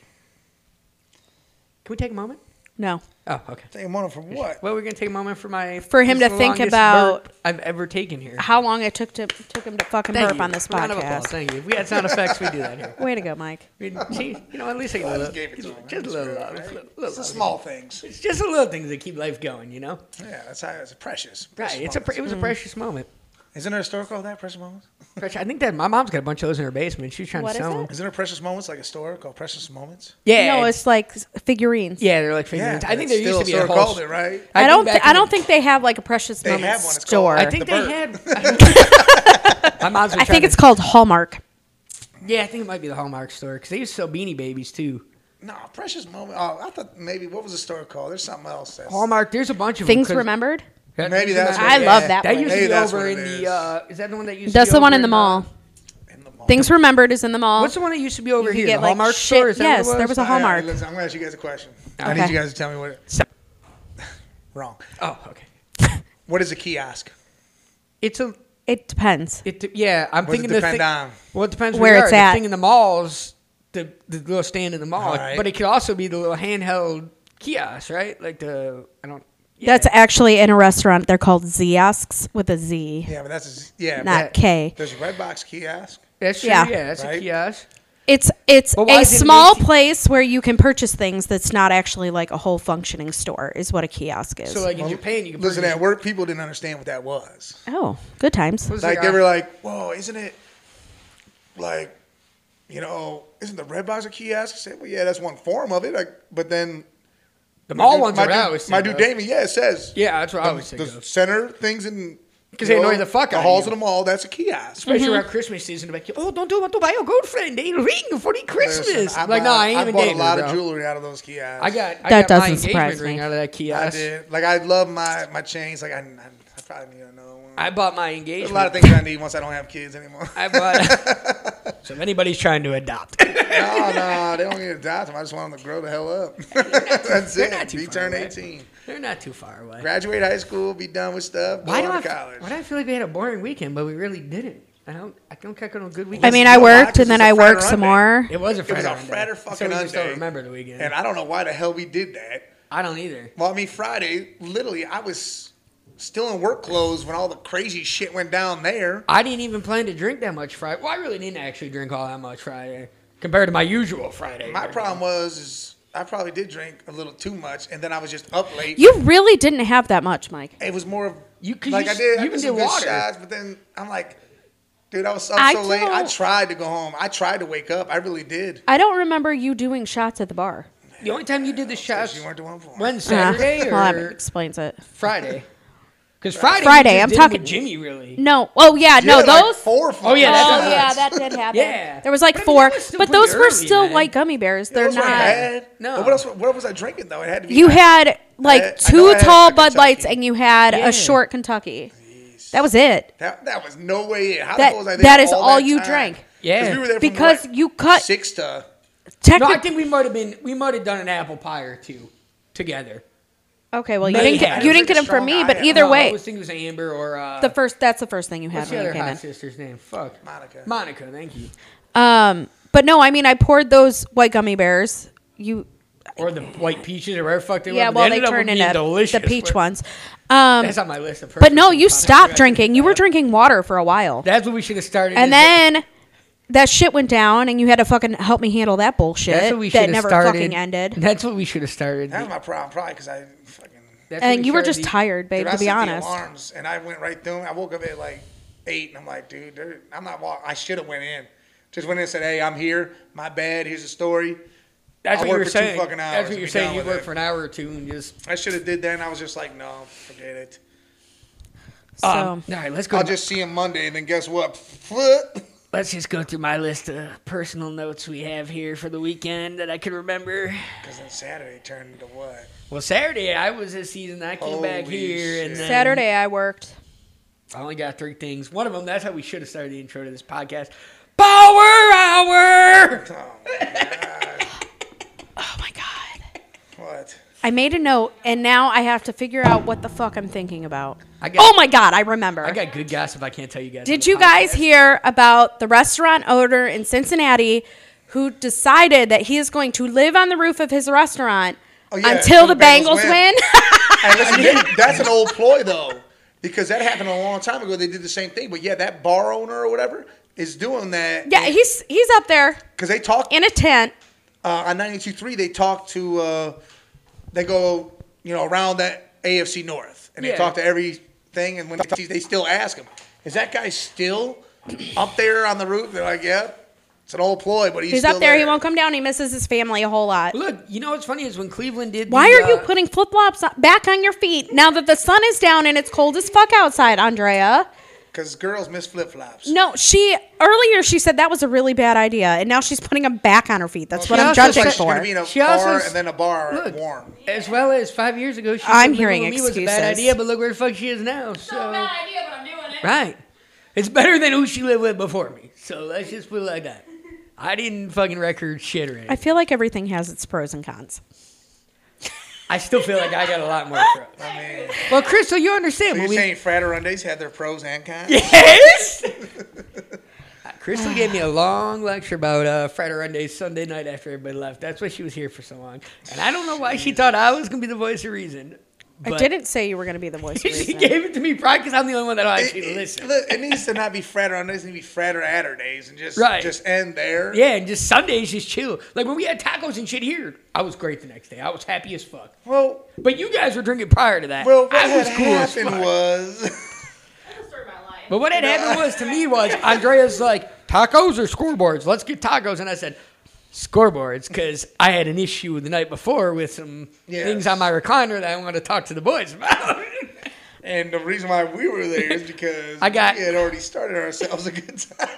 [SPEAKER 1] Can we take a moment?
[SPEAKER 3] No,
[SPEAKER 1] Oh, okay.
[SPEAKER 2] Take a moment for what?
[SPEAKER 1] Well, we're gonna take a moment for my
[SPEAKER 3] For him
[SPEAKER 1] this is
[SPEAKER 3] to
[SPEAKER 1] the
[SPEAKER 3] think
[SPEAKER 1] longest
[SPEAKER 3] about-
[SPEAKER 1] burp I've ever taken here.
[SPEAKER 3] how long it took to took him to fucking
[SPEAKER 1] Ah, Thank
[SPEAKER 3] burp
[SPEAKER 1] you.
[SPEAKER 3] on this
[SPEAKER 1] Round of applause.
[SPEAKER 3] podcast?
[SPEAKER 1] Thank you. If we had sound effects, we do that here.
[SPEAKER 3] Way to go, Mike.
[SPEAKER 1] I mean, see, you know, at least I
[SPEAKER 2] I
[SPEAKER 1] get a
[SPEAKER 2] just
[SPEAKER 1] little,
[SPEAKER 2] gave it to him.
[SPEAKER 1] just a little love.
[SPEAKER 2] Right?
[SPEAKER 1] little-
[SPEAKER 2] It's
[SPEAKER 1] little
[SPEAKER 2] the
[SPEAKER 1] love.
[SPEAKER 2] small things.
[SPEAKER 1] It's just a little things that keep life going, you know.
[SPEAKER 2] Yeah, that's how it's precious.
[SPEAKER 1] Right.
[SPEAKER 2] precious
[SPEAKER 1] It's a. pre- It
[SPEAKER 2] moments.
[SPEAKER 1] was a precious moment.
[SPEAKER 2] Isn't there a store called that, Precious Moments?
[SPEAKER 1] Fresh- I think that my mom's got a bunch of those in her basement. She's trying
[SPEAKER 3] What
[SPEAKER 1] to
[SPEAKER 3] is
[SPEAKER 1] sell them.
[SPEAKER 3] it?
[SPEAKER 2] Isn't there Precious Moments like a store called Precious Moments?
[SPEAKER 1] Yeah,
[SPEAKER 3] No, it's like s- figurines.
[SPEAKER 1] yeah, they're like figurines. Mm-hmm. I think
[SPEAKER 2] it's
[SPEAKER 1] there used
[SPEAKER 2] still
[SPEAKER 1] to be a
[SPEAKER 2] store
[SPEAKER 1] whole.
[SPEAKER 2] called it, right?
[SPEAKER 3] I, don't.
[SPEAKER 1] back
[SPEAKER 3] Th-
[SPEAKER 1] in
[SPEAKER 3] I
[SPEAKER 1] the-
[SPEAKER 3] don't think they have like a precious
[SPEAKER 2] They have
[SPEAKER 3] moments
[SPEAKER 2] one, it's called-
[SPEAKER 3] store.
[SPEAKER 2] I
[SPEAKER 1] I
[SPEAKER 3] I
[SPEAKER 2] the
[SPEAKER 3] think,
[SPEAKER 1] think they
[SPEAKER 2] bird.
[SPEAKER 1] had. <laughs> my mom's. been trying
[SPEAKER 3] it's
[SPEAKER 1] to-
[SPEAKER 3] called Hallmark.
[SPEAKER 1] Yeah, I think it might be the Hallmark store because they used to sell Beanie Babies too.
[SPEAKER 2] No, Precious Moments. Oh, I thought maybe what was the store called? There's something else. That's,
[SPEAKER 1] Hallmark. There's a bunch of
[SPEAKER 3] Things
[SPEAKER 1] them 'cause-
[SPEAKER 3] remembered.
[SPEAKER 1] That-
[SPEAKER 2] Maybe that's
[SPEAKER 3] I
[SPEAKER 2] what it
[SPEAKER 3] love
[SPEAKER 2] is.
[SPEAKER 3] that
[SPEAKER 1] That used to
[SPEAKER 2] Maybe
[SPEAKER 1] be
[SPEAKER 2] that's
[SPEAKER 1] over
[SPEAKER 2] what it
[SPEAKER 1] in
[SPEAKER 2] is.
[SPEAKER 1] the. Uh, is that the one that used? to
[SPEAKER 3] That's
[SPEAKER 1] be
[SPEAKER 3] the one
[SPEAKER 1] over
[SPEAKER 3] in the
[SPEAKER 1] uh,
[SPEAKER 3] mall.
[SPEAKER 2] In the mall.
[SPEAKER 3] Things remembered is in the mall.
[SPEAKER 1] What's the one that used to be over
[SPEAKER 3] could
[SPEAKER 1] here?
[SPEAKER 3] get,
[SPEAKER 1] The
[SPEAKER 3] like,
[SPEAKER 1] Hallmark
[SPEAKER 3] shit-
[SPEAKER 1] store. Is that
[SPEAKER 3] yes,
[SPEAKER 1] what it
[SPEAKER 3] there
[SPEAKER 1] was?
[SPEAKER 3] was a
[SPEAKER 2] All right,
[SPEAKER 3] Hallmark.
[SPEAKER 2] listen, I'm gonna ask you guys a question. I need
[SPEAKER 3] Okay.
[SPEAKER 2] you guys to tell me what it- <laughs> wrong.
[SPEAKER 1] Oh, okay.
[SPEAKER 2] What is a kiosk?
[SPEAKER 1] It's a.
[SPEAKER 3] It depends.
[SPEAKER 1] It de- yeah, I'm
[SPEAKER 2] What does it
[SPEAKER 1] thinking the
[SPEAKER 2] depend
[SPEAKER 1] thing-
[SPEAKER 2] on?
[SPEAKER 1] Well, it depends
[SPEAKER 3] Where
[SPEAKER 1] where, you
[SPEAKER 3] it's
[SPEAKER 1] are.
[SPEAKER 3] at.
[SPEAKER 1] The thing in the malls, the the little stand in the mall,
[SPEAKER 2] All right.
[SPEAKER 1] but it could also be the little handheld kiosk, right? Like the I don't. yeah.
[SPEAKER 3] That's actually in a restaurant. They're called Ziosks with a Z,
[SPEAKER 2] Yeah, but that's a, yeah.
[SPEAKER 3] not
[SPEAKER 1] that-
[SPEAKER 3] K.
[SPEAKER 2] There's a red box kiosk.
[SPEAKER 1] that's true.
[SPEAKER 3] yeah.
[SPEAKER 1] Yeah, that's
[SPEAKER 2] Right?
[SPEAKER 1] a kiosk.
[SPEAKER 3] It's it's
[SPEAKER 1] But why
[SPEAKER 3] a
[SPEAKER 1] is it an
[SPEAKER 3] small
[SPEAKER 1] AC?
[SPEAKER 3] place where you can purchase things that's not actually like a whole functioning store. Is what a kiosk is.
[SPEAKER 1] So like in Japan, you can
[SPEAKER 2] Listen,
[SPEAKER 1] purchase-
[SPEAKER 2] at work, people didn't understand what that was.
[SPEAKER 3] oh, good times.
[SPEAKER 1] What's
[SPEAKER 2] Like
[SPEAKER 1] it
[SPEAKER 2] they
[SPEAKER 1] got?
[SPEAKER 2] were like, "Whoa, isn't it like, you know, isn't the red box a kiosk?" I said, "Well, yeah, that's one form of it." Like, but then
[SPEAKER 1] the mall
[SPEAKER 2] dude-
[SPEAKER 1] ones
[SPEAKER 2] my
[SPEAKER 1] are
[SPEAKER 2] dude,
[SPEAKER 1] out.
[SPEAKER 2] My dude Um, Damon, yeah, it says
[SPEAKER 1] Yeah, that's what I
[SPEAKER 2] the,
[SPEAKER 1] always think
[SPEAKER 2] the
[SPEAKER 1] of.
[SPEAKER 2] center things in
[SPEAKER 1] 'Cause
[SPEAKER 2] you
[SPEAKER 1] they annoy
[SPEAKER 2] know,
[SPEAKER 1] the fuck
[SPEAKER 2] the
[SPEAKER 1] out of
[SPEAKER 2] halls
[SPEAKER 1] you.
[SPEAKER 2] of the mall. That's a kiosk.
[SPEAKER 3] Mm-hmm.
[SPEAKER 1] Especially around Christmas season, they're like, oh, don't do want to buy your girlfriend a ring for the Christmas.
[SPEAKER 2] Listen, I
[SPEAKER 1] like, no,
[SPEAKER 2] bought-
[SPEAKER 1] I ain't
[SPEAKER 2] I
[SPEAKER 1] even
[SPEAKER 2] bought
[SPEAKER 1] dating
[SPEAKER 2] a lot
[SPEAKER 1] her,
[SPEAKER 2] of
[SPEAKER 1] bro.
[SPEAKER 2] jewelry out of those kiosks.
[SPEAKER 1] I got I
[SPEAKER 3] That
[SPEAKER 1] got my
[SPEAKER 3] doesn't
[SPEAKER 1] engagement
[SPEAKER 3] surprise me.
[SPEAKER 1] ring out of that kiosk.
[SPEAKER 2] I did. Like I love my my chains. Like I, I, I probably need another one.
[SPEAKER 1] I bought my
[SPEAKER 2] There's
[SPEAKER 1] engagement.
[SPEAKER 2] a lot of things I need once I don't have kids anymore.
[SPEAKER 1] I bought.
[SPEAKER 2] <laughs>
[SPEAKER 1] so if anybody's trying to adopt,
[SPEAKER 2] no, Oh, no, they don't need to adopt them. I just want them to grow the hell up. <laughs> That's
[SPEAKER 1] they're not
[SPEAKER 2] it.
[SPEAKER 1] too
[SPEAKER 2] Be
[SPEAKER 1] far
[SPEAKER 2] turn
[SPEAKER 1] away.
[SPEAKER 2] 18.
[SPEAKER 1] they're not too far away.
[SPEAKER 2] Graduate high school, be done with stuff, go
[SPEAKER 1] Why do
[SPEAKER 2] on
[SPEAKER 1] I?
[SPEAKER 2] to college.
[SPEAKER 1] Why do I feel like we had a boring weekend, but we really didn't? I don't. I don't think I got a good weekend.
[SPEAKER 3] I mean,
[SPEAKER 2] you
[SPEAKER 3] I
[SPEAKER 2] know why?
[SPEAKER 3] worked
[SPEAKER 2] 'Cause
[SPEAKER 3] and then
[SPEAKER 2] it's a
[SPEAKER 3] I
[SPEAKER 2] Friday
[SPEAKER 3] worked
[SPEAKER 2] run
[SPEAKER 3] some
[SPEAKER 2] day.
[SPEAKER 3] more.
[SPEAKER 1] it was a
[SPEAKER 2] It was
[SPEAKER 1] Friday.
[SPEAKER 2] a
[SPEAKER 1] Monday.
[SPEAKER 2] Friday fucking
[SPEAKER 1] so we just
[SPEAKER 2] Monday.
[SPEAKER 1] don't remember the weekend.
[SPEAKER 2] And I don't know why the hell we did that.
[SPEAKER 1] I don't either.
[SPEAKER 2] Well, I mean, Friday, literally, I was still in work clothes when all the crazy shit went down there.
[SPEAKER 1] I didn't even plan to drink that much Friday. Well, I really didn't actually drink all that much Friday compared to my usual Friday.
[SPEAKER 2] My problem was is I probably did drink a little too much, and then I was just up late.
[SPEAKER 3] You really didn't have that much, Mike.
[SPEAKER 2] it was more of
[SPEAKER 1] You- 'cause
[SPEAKER 2] like
[SPEAKER 1] you
[SPEAKER 2] I
[SPEAKER 1] s-
[SPEAKER 2] did.
[SPEAKER 1] you
[SPEAKER 2] I
[SPEAKER 1] even
[SPEAKER 2] did some
[SPEAKER 1] did
[SPEAKER 2] good
[SPEAKER 1] water.
[SPEAKER 2] shots, but then I'm like, dude, I was up
[SPEAKER 3] I
[SPEAKER 2] so late. I
[SPEAKER 3] don't-
[SPEAKER 2] tried to go home. I tried to wake up. I really did.
[SPEAKER 3] I don't remember you doing shots at the bar.
[SPEAKER 1] The only time you did the shots
[SPEAKER 2] you weren't the one for it.
[SPEAKER 1] when Saturday
[SPEAKER 3] Uh, well, that
[SPEAKER 1] or
[SPEAKER 3] explains it.
[SPEAKER 1] Friday. Because Friday, you
[SPEAKER 3] Friday,
[SPEAKER 1] just
[SPEAKER 3] I'm
[SPEAKER 1] did it
[SPEAKER 3] talking-
[SPEAKER 1] with Jimmy. Really,
[SPEAKER 3] No. Oh yeah. no.
[SPEAKER 2] Yeah, like
[SPEAKER 3] Those.
[SPEAKER 2] four.
[SPEAKER 1] Oh, yeah, that
[SPEAKER 3] oh
[SPEAKER 1] does.
[SPEAKER 3] yeah, that did happen.
[SPEAKER 1] Yeah.
[SPEAKER 3] There was like
[SPEAKER 1] But I mean,
[SPEAKER 3] four,
[SPEAKER 1] that was still
[SPEAKER 3] but
[SPEAKER 1] pretty
[SPEAKER 3] those were
[SPEAKER 1] early,
[SPEAKER 3] still
[SPEAKER 1] man.
[SPEAKER 3] white gummy bears. They're
[SPEAKER 2] Those weren't
[SPEAKER 3] not.
[SPEAKER 2] bad.
[SPEAKER 1] No.
[SPEAKER 2] But what else? What was I drinking though? It had to be.
[SPEAKER 3] You
[SPEAKER 2] bad.
[SPEAKER 3] had like
[SPEAKER 2] I- I know I
[SPEAKER 3] two
[SPEAKER 2] had
[SPEAKER 3] tall
[SPEAKER 2] a
[SPEAKER 3] Bud Lights
[SPEAKER 2] Kentucky.
[SPEAKER 3] and you had
[SPEAKER 1] Yeah.
[SPEAKER 3] a short Kentucky. That was it.
[SPEAKER 2] that. That was no way. It. How
[SPEAKER 3] That-
[SPEAKER 2] the hell was I there
[SPEAKER 3] that is
[SPEAKER 2] all,
[SPEAKER 3] all
[SPEAKER 2] that
[SPEAKER 3] you
[SPEAKER 2] time?
[SPEAKER 3] drank.
[SPEAKER 2] 'Cause
[SPEAKER 1] Yeah.
[SPEAKER 2] we were there from,
[SPEAKER 3] Because
[SPEAKER 2] what,
[SPEAKER 3] you cut-
[SPEAKER 2] six to.
[SPEAKER 1] no, I
[SPEAKER 3] Technically,
[SPEAKER 1] think we might have been. We might have done an apple pie or two together.
[SPEAKER 3] okay. Well, you
[SPEAKER 1] May
[SPEAKER 3] didn't
[SPEAKER 1] have.
[SPEAKER 3] get,
[SPEAKER 1] I
[SPEAKER 3] you
[SPEAKER 1] don't
[SPEAKER 3] didn't
[SPEAKER 2] think
[SPEAKER 3] get
[SPEAKER 2] a
[SPEAKER 3] them
[SPEAKER 2] strong
[SPEAKER 3] from me,
[SPEAKER 2] eye
[SPEAKER 3] but
[SPEAKER 2] had
[SPEAKER 3] either
[SPEAKER 1] No, I
[SPEAKER 3] way,
[SPEAKER 1] always think it was Amber or uh,
[SPEAKER 3] the first that's the first thing you had
[SPEAKER 1] What's the
[SPEAKER 3] when you
[SPEAKER 1] other
[SPEAKER 3] came
[SPEAKER 1] hot
[SPEAKER 3] in.
[SPEAKER 1] sister's name? Fuck.
[SPEAKER 2] Monica.
[SPEAKER 1] Monica, thank you.
[SPEAKER 3] Um, but no, I mean, I poured those white gummy bears. You,
[SPEAKER 1] Or the white peaches or whatever the fuck they
[SPEAKER 3] yeah.
[SPEAKER 1] were. but
[SPEAKER 3] Well, they
[SPEAKER 1] ended up
[SPEAKER 3] turned
[SPEAKER 1] being
[SPEAKER 3] into
[SPEAKER 1] delicious,
[SPEAKER 3] the peach
[SPEAKER 1] but
[SPEAKER 3] ones. Um,
[SPEAKER 1] That's on my list of
[SPEAKER 3] but no,
[SPEAKER 1] perfect
[SPEAKER 3] you
[SPEAKER 1] things.
[SPEAKER 3] stopped drinking. You were drinking water for a while,
[SPEAKER 1] That's what we should have started.
[SPEAKER 3] and
[SPEAKER 1] is-
[SPEAKER 3] then that shit went down, and you had to fucking help me handle that bullshit
[SPEAKER 1] that's what we should
[SPEAKER 3] that
[SPEAKER 1] have
[SPEAKER 3] never
[SPEAKER 1] started.
[SPEAKER 3] fucking ended.
[SPEAKER 1] That's what we should have started.
[SPEAKER 2] That was my problem, probably because I fucking.
[SPEAKER 1] That's what
[SPEAKER 3] and
[SPEAKER 1] we
[SPEAKER 3] you were
[SPEAKER 1] started
[SPEAKER 3] just
[SPEAKER 1] the-
[SPEAKER 3] tired, babe.
[SPEAKER 2] Dude, I
[SPEAKER 3] To
[SPEAKER 2] set
[SPEAKER 3] be
[SPEAKER 2] the
[SPEAKER 3] honest,
[SPEAKER 2] alarms, and I went right through. 'em. I woke up at like eight, and I'm like, dude, there- I'm not. Walk- I should have went in. Just went in and said, hey, I'm here. My bad. Here's the story.
[SPEAKER 1] That's
[SPEAKER 2] I
[SPEAKER 1] what you
[SPEAKER 2] worked
[SPEAKER 1] were
[SPEAKER 2] for two
[SPEAKER 1] saying.
[SPEAKER 2] fucking hours
[SPEAKER 1] That's
[SPEAKER 2] and
[SPEAKER 1] what
[SPEAKER 2] be
[SPEAKER 1] you're
[SPEAKER 2] done
[SPEAKER 1] saying. You
[SPEAKER 2] with
[SPEAKER 1] worked
[SPEAKER 2] it.
[SPEAKER 1] for an hour or two and just.
[SPEAKER 2] I should have did that, and I was just like, no, forget it.
[SPEAKER 3] so
[SPEAKER 1] Um, all right, let's go.
[SPEAKER 2] I'll
[SPEAKER 1] to-
[SPEAKER 2] just see him Monday, and then guess what? Flip.
[SPEAKER 1] let's just go through my list of personal notes we have here for the weekend that I can remember.
[SPEAKER 2] Because then Saturday turned into what?
[SPEAKER 1] Well, Saturday I was this season. I came back
[SPEAKER 2] Holy
[SPEAKER 1] here
[SPEAKER 2] shit.
[SPEAKER 1] and then
[SPEAKER 3] Saturday I worked.
[SPEAKER 1] I only got three things. One of them, that's how we should have started the intro to this podcast. Power Hour!
[SPEAKER 2] Oh, God.
[SPEAKER 3] Oh my god!
[SPEAKER 2] what?
[SPEAKER 3] I made a note, and now I have to figure out what the fuck I'm thinking about.
[SPEAKER 1] I got-
[SPEAKER 3] oh my god! I remember.
[SPEAKER 1] I got good gossip I can't tell you guys. on
[SPEAKER 3] Did
[SPEAKER 1] the
[SPEAKER 3] you guys
[SPEAKER 1] podcast.
[SPEAKER 3] hear about the restaurant owner in Cincinnati who decided that he is going to live on the roof of his restaurant
[SPEAKER 2] Oh, yeah,
[SPEAKER 3] until the Bengals win?
[SPEAKER 2] <laughs> And <laughs> listen, they- that's an old ploy though, because that happened a long time ago. They did the same thing, but yeah, that bar owner or whatever is doing that.
[SPEAKER 3] yeah, he's he's up there
[SPEAKER 2] because they talked
[SPEAKER 3] in a tent.
[SPEAKER 2] uh, on 92.3, They talk to uh, they go you know around that AFC North, and they
[SPEAKER 1] Yeah.
[SPEAKER 2] talk to everything. And when they, they still ask him, Is that guy still up there on the roof? They're like, yeah, it's an old ploy, but he's,
[SPEAKER 3] He's
[SPEAKER 2] still
[SPEAKER 3] up there. He won't come down. He misses his family a whole lot.
[SPEAKER 1] Look, you know what's funny is when Cleveland did.
[SPEAKER 3] Why
[SPEAKER 1] the,
[SPEAKER 3] are you
[SPEAKER 1] uh,
[SPEAKER 3] putting flip flops back on your feet now that the sun is down and it's cold as fuck outside, Andrea?
[SPEAKER 2] because girls miss flip flops.
[SPEAKER 3] No, she earlier she said that was a really bad idea, and now she's putting them back on her feet. That's what
[SPEAKER 1] she
[SPEAKER 3] I'm
[SPEAKER 1] also
[SPEAKER 3] judging
[SPEAKER 1] said
[SPEAKER 2] Like she's
[SPEAKER 3] for.
[SPEAKER 2] gonna be in a
[SPEAKER 1] She also
[SPEAKER 2] bar
[SPEAKER 1] s-
[SPEAKER 2] and then a bar
[SPEAKER 1] Look.
[SPEAKER 2] warm.
[SPEAKER 1] As well as five years ago, she
[SPEAKER 3] I'm
[SPEAKER 1] said Little
[SPEAKER 3] hearing
[SPEAKER 1] Me was a bad
[SPEAKER 3] excuses.
[SPEAKER 1] idea, but look where the fuck she is now. So
[SPEAKER 5] idea, but I'm doing it.
[SPEAKER 1] right, it's better than who she lived with before me. So let's just put it like that. I didn't fucking wreck her shit or anything.
[SPEAKER 3] I feel like everything has its pros and cons.
[SPEAKER 1] I still feel like I got a lot
[SPEAKER 5] <laughs>
[SPEAKER 1] more pros.
[SPEAKER 2] I mean,
[SPEAKER 1] Well, Crystal, you understand.
[SPEAKER 2] so
[SPEAKER 1] when
[SPEAKER 2] you're
[SPEAKER 1] we-
[SPEAKER 2] saying Fraterundays had their pros and cons?
[SPEAKER 1] Yes. Uh, <laughs> Crystal gave me a long lecture about uh, Fraternity Sunday night after everybody left. That's why she was here for so long. And I don't know why she thought I was going to be the voice of reason.
[SPEAKER 3] I
[SPEAKER 1] but
[SPEAKER 3] didn't say you were going to be
[SPEAKER 1] <laughs>
[SPEAKER 3] the voice. Of
[SPEAKER 1] She
[SPEAKER 3] reason.
[SPEAKER 1] gave it to me probably because I'm the only one that will
[SPEAKER 2] It,
[SPEAKER 1] actually
[SPEAKER 2] it,
[SPEAKER 1] listen.
[SPEAKER 2] look, it needs to not be Fraterundays. It needs to be Frater Atterdays and just
[SPEAKER 1] Right.
[SPEAKER 2] just end there.
[SPEAKER 1] Yeah, and just Sundays, just chill. Like when we had tacos and shit here, I was great the next day. I was happy as fuck.
[SPEAKER 2] Well,
[SPEAKER 1] But you guys were drinking prior to that.
[SPEAKER 2] well, what
[SPEAKER 1] I
[SPEAKER 2] had
[SPEAKER 1] was cool as
[SPEAKER 2] happened
[SPEAKER 1] fuck.
[SPEAKER 2] was <laughs>
[SPEAKER 5] Story of my life.
[SPEAKER 1] But what had happened was to me was Andrea's like tacos or scoreboards. Let's get tacos, and I said scoreboards because I had an issue the night before with some
[SPEAKER 2] Yes.
[SPEAKER 1] things on my recliner that I wanted to talk to the boys
[SPEAKER 2] <laughs>
[SPEAKER 1] about.
[SPEAKER 2] and the reason why we were there is because
[SPEAKER 1] <laughs> I got-
[SPEAKER 2] we had already started ourselves a good
[SPEAKER 1] <laughs>
[SPEAKER 2] time.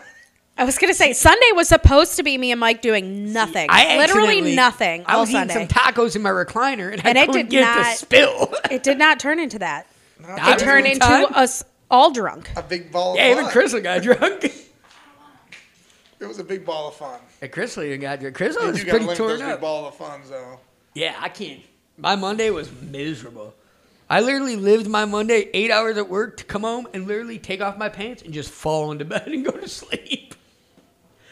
[SPEAKER 3] I was going to say Sunday was supposed to be me and Mike doing nothing,
[SPEAKER 1] I
[SPEAKER 3] literally
[SPEAKER 1] accidentally-
[SPEAKER 3] nothing
[SPEAKER 1] I
[SPEAKER 3] all
[SPEAKER 1] was
[SPEAKER 3] Sunday.
[SPEAKER 1] eating some tacos in my recliner, and I
[SPEAKER 3] And I
[SPEAKER 1] couldn't
[SPEAKER 3] did
[SPEAKER 1] get it
[SPEAKER 3] not-
[SPEAKER 1] to spill. <laughs>
[SPEAKER 3] it did not turn into that.
[SPEAKER 1] I
[SPEAKER 3] It
[SPEAKER 1] was
[SPEAKER 3] turned
[SPEAKER 1] in
[SPEAKER 3] into
[SPEAKER 1] time.
[SPEAKER 3] us all drunk.
[SPEAKER 2] a big ball. Of
[SPEAKER 1] yeah, even
[SPEAKER 2] fun.
[SPEAKER 1] Crystal got drunk. <laughs>
[SPEAKER 2] It was a big ball of fun.
[SPEAKER 1] And Crystal even got drunk. Crystal
[SPEAKER 2] You
[SPEAKER 1] was
[SPEAKER 2] do gotta
[SPEAKER 1] pretty
[SPEAKER 2] limit
[SPEAKER 1] torn
[SPEAKER 2] those big
[SPEAKER 1] up.
[SPEAKER 2] ball of funs though.
[SPEAKER 1] Yeah, I can't. My Monday was miserable. I literally lived my Monday eight hours at work to come home and literally take off my pants and just fall into bed and go to sleep.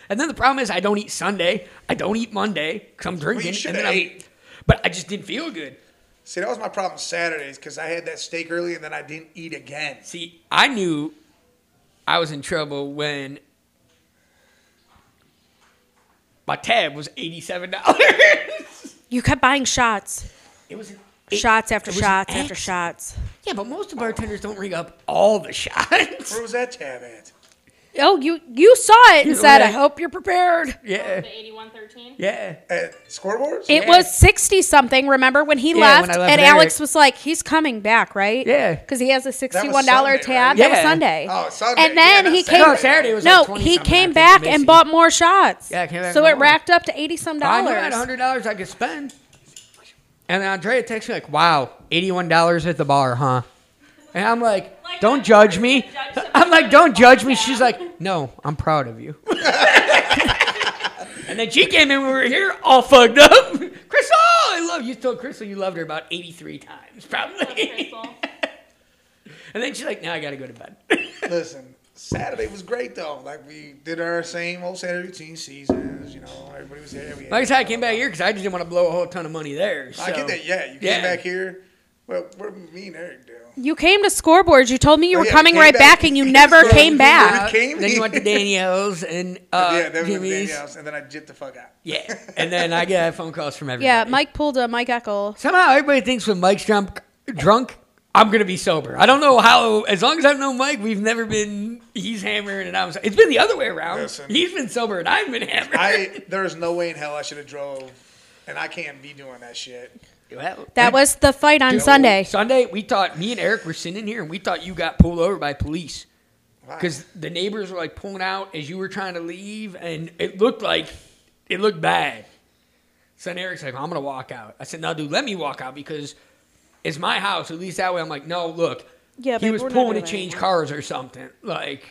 [SPEAKER 1] And then the problem is I don't eat Sunday. I don't eat Monday because I'm drinking.
[SPEAKER 2] should
[SPEAKER 1] and then
[SPEAKER 2] have
[SPEAKER 1] I'm-
[SPEAKER 2] ate.
[SPEAKER 1] But I just didn't feel good.
[SPEAKER 2] See, that was my problem Saturdays because I had that steak early and then I didn't eat again.
[SPEAKER 1] See, I knew I was in trouble when my tab was eighty-seven dollars.
[SPEAKER 3] You kept buying shots,
[SPEAKER 1] <laughs> it was an-
[SPEAKER 3] shots after
[SPEAKER 1] it was an
[SPEAKER 3] shots after
[SPEAKER 1] accident.
[SPEAKER 3] shots.
[SPEAKER 1] Yeah, but most bartenders don't ring up all the shots.
[SPEAKER 2] Where was that tab at?
[SPEAKER 3] Oh, you you saw it and
[SPEAKER 1] Either
[SPEAKER 3] said,
[SPEAKER 1] way.
[SPEAKER 3] "I hope you're prepared."
[SPEAKER 1] <laughs> Yeah.
[SPEAKER 5] The 8113.
[SPEAKER 1] Yeah.
[SPEAKER 2] At scoreboards?
[SPEAKER 3] It
[SPEAKER 1] Yeah.
[SPEAKER 3] was 60 something, remember when he
[SPEAKER 1] Yeah,
[SPEAKER 3] left?
[SPEAKER 1] when I left
[SPEAKER 3] and
[SPEAKER 1] there.
[SPEAKER 3] Alex was like, he's coming back, right?
[SPEAKER 1] Yeah.
[SPEAKER 3] Because he has a $61
[SPEAKER 2] Sunday,
[SPEAKER 3] tab.
[SPEAKER 2] right?
[SPEAKER 3] That was
[SPEAKER 1] Yeah.
[SPEAKER 3] Sunday.
[SPEAKER 2] Oh, Sunday.
[SPEAKER 3] And then
[SPEAKER 2] Yeah,
[SPEAKER 3] he
[SPEAKER 2] not
[SPEAKER 3] came.
[SPEAKER 1] No, Saturday was
[SPEAKER 3] No,
[SPEAKER 1] like 20
[SPEAKER 3] he
[SPEAKER 1] something,
[SPEAKER 3] came
[SPEAKER 1] I think,
[SPEAKER 3] back
[SPEAKER 1] Macy.
[SPEAKER 3] and bought more shots.
[SPEAKER 1] Yeah, I came back
[SPEAKER 3] So
[SPEAKER 1] and
[SPEAKER 3] it
[SPEAKER 1] bought more.
[SPEAKER 3] racked up to 80
[SPEAKER 1] I
[SPEAKER 3] some
[SPEAKER 1] knew I had
[SPEAKER 3] dollars.
[SPEAKER 1] hundred dollars I could spend. And then Andrea texts me like, "Wow, eighty-one dollars at the bar, huh?" And I'm like,
[SPEAKER 5] Like,
[SPEAKER 1] "Don't
[SPEAKER 5] I'm
[SPEAKER 1] judge
[SPEAKER 5] sorry,
[SPEAKER 1] me."
[SPEAKER 5] you judge somebody
[SPEAKER 1] I'm like,
[SPEAKER 5] on
[SPEAKER 1] "Don't
[SPEAKER 5] the
[SPEAKER 1] judge me."
[SPEAKER 5] podcast.
[SPEAKER 1] She's like, "No, I'm proud of you." and then she came in when we were here, all fucked up. <laughs> Crystal, I love you. Told Crystal you loved her about eighty-three times, probably.
[SPEAKER 5] Crystal.
[SPEAKER 1] <laughs> and then she's like, "Now I gotta go to bed." <laughs>
[SPEAKER 2] Listen, Saturday was great though. Like we did our same old Saturday routine seasons. You know, everybody was there. We had-
[SPEAKER 1] like I said, I came back here because I just didn't want to blow a whole ton of money there.
[SPEAKER 2] I
[SPEAKER 1] so-
[SPEAKER 2] get that. Yeah, you came
[SPEAKER 1] Yeah. Uh,
[SPEAKER 2] back here. Well, we're me and Eric do.
[SPEAKER 3] You came to scoreboards. You told me you
[SPEAKER 2] Oh,
[SPEAKER 3] were
[SPEAKER 2] yeah,
[SPEAKER 3] coming
[SPEAKER 2] came
[SPEAKER 3] right
[SPEAKER 2] back.
[SPEAKER 3] back, and
[SPEAKER 2] <laughs>
[SPEAKER 3] you never
[SPEAKER 2] So
[SPEAKER 3] came
[SPEAKER 2] we
[SPEAKER 3] back.
[SPEAKER 2] out. came
[SPEAKER 1] Then you went to
[SPEAKER 2] <laughs> here.
[SPEAKER 1] Danielle's and uh,
[SPEAKER 2] <laughs> yeah, that was with
[SPEAKER 1] Jimmy's.
[SPEAKER 2] Danielle's, and then I jipped the fuck out.
[SPEAKER 1] Yeah, and then I get phone calls from everybody.
[SPEAKER 3] Yeah, Mike pulled a Mike Eckel.
[SPEAKER 1] Somehow everybody thinks when Mike's drunk, drunk, I'm gonna be sober. I don't know how. As long as I've known Mike, we've never been. He's hammered and I'm. so- It's been the other way around.
[SPEAKER 2] Listen.
[SPEAKER 1] he's been sober and I've been hammered.
[SPEAKER 2] I there is no way in hell I should have drove, and I can't be doing that shit.
[SPEAKER 1] <laughs> Well,
[SPEAKER 3] That was the fight on Sunday.
[SPEAKER 1] Sunday, we thought me and Eric were sitting in here and we thought you got pulled over by police.
[SPEAKER 2] Why?
[SPEAKER 1] because the neighbors were like pulling out as you were trying to leave, and it looked like it looked bad. So then Eric's like, "I'm gonna walk out." I said, "No, dude, let me walk out because it's my house. At least that way, I'm like, no, look,
[SPEAKER 3] Yeah,
[SPEAKER 1] he
[SPEAKER 3] babe,
[SPEAKER 1] was
[SPEAKER 3] we're not
[SPEAKER 1] pulling to
[SPEAKER 3] doing that
[SPEAKER 1] change
[SPEAKER 3] anymore."
[SPEAKER 1] cars or something, like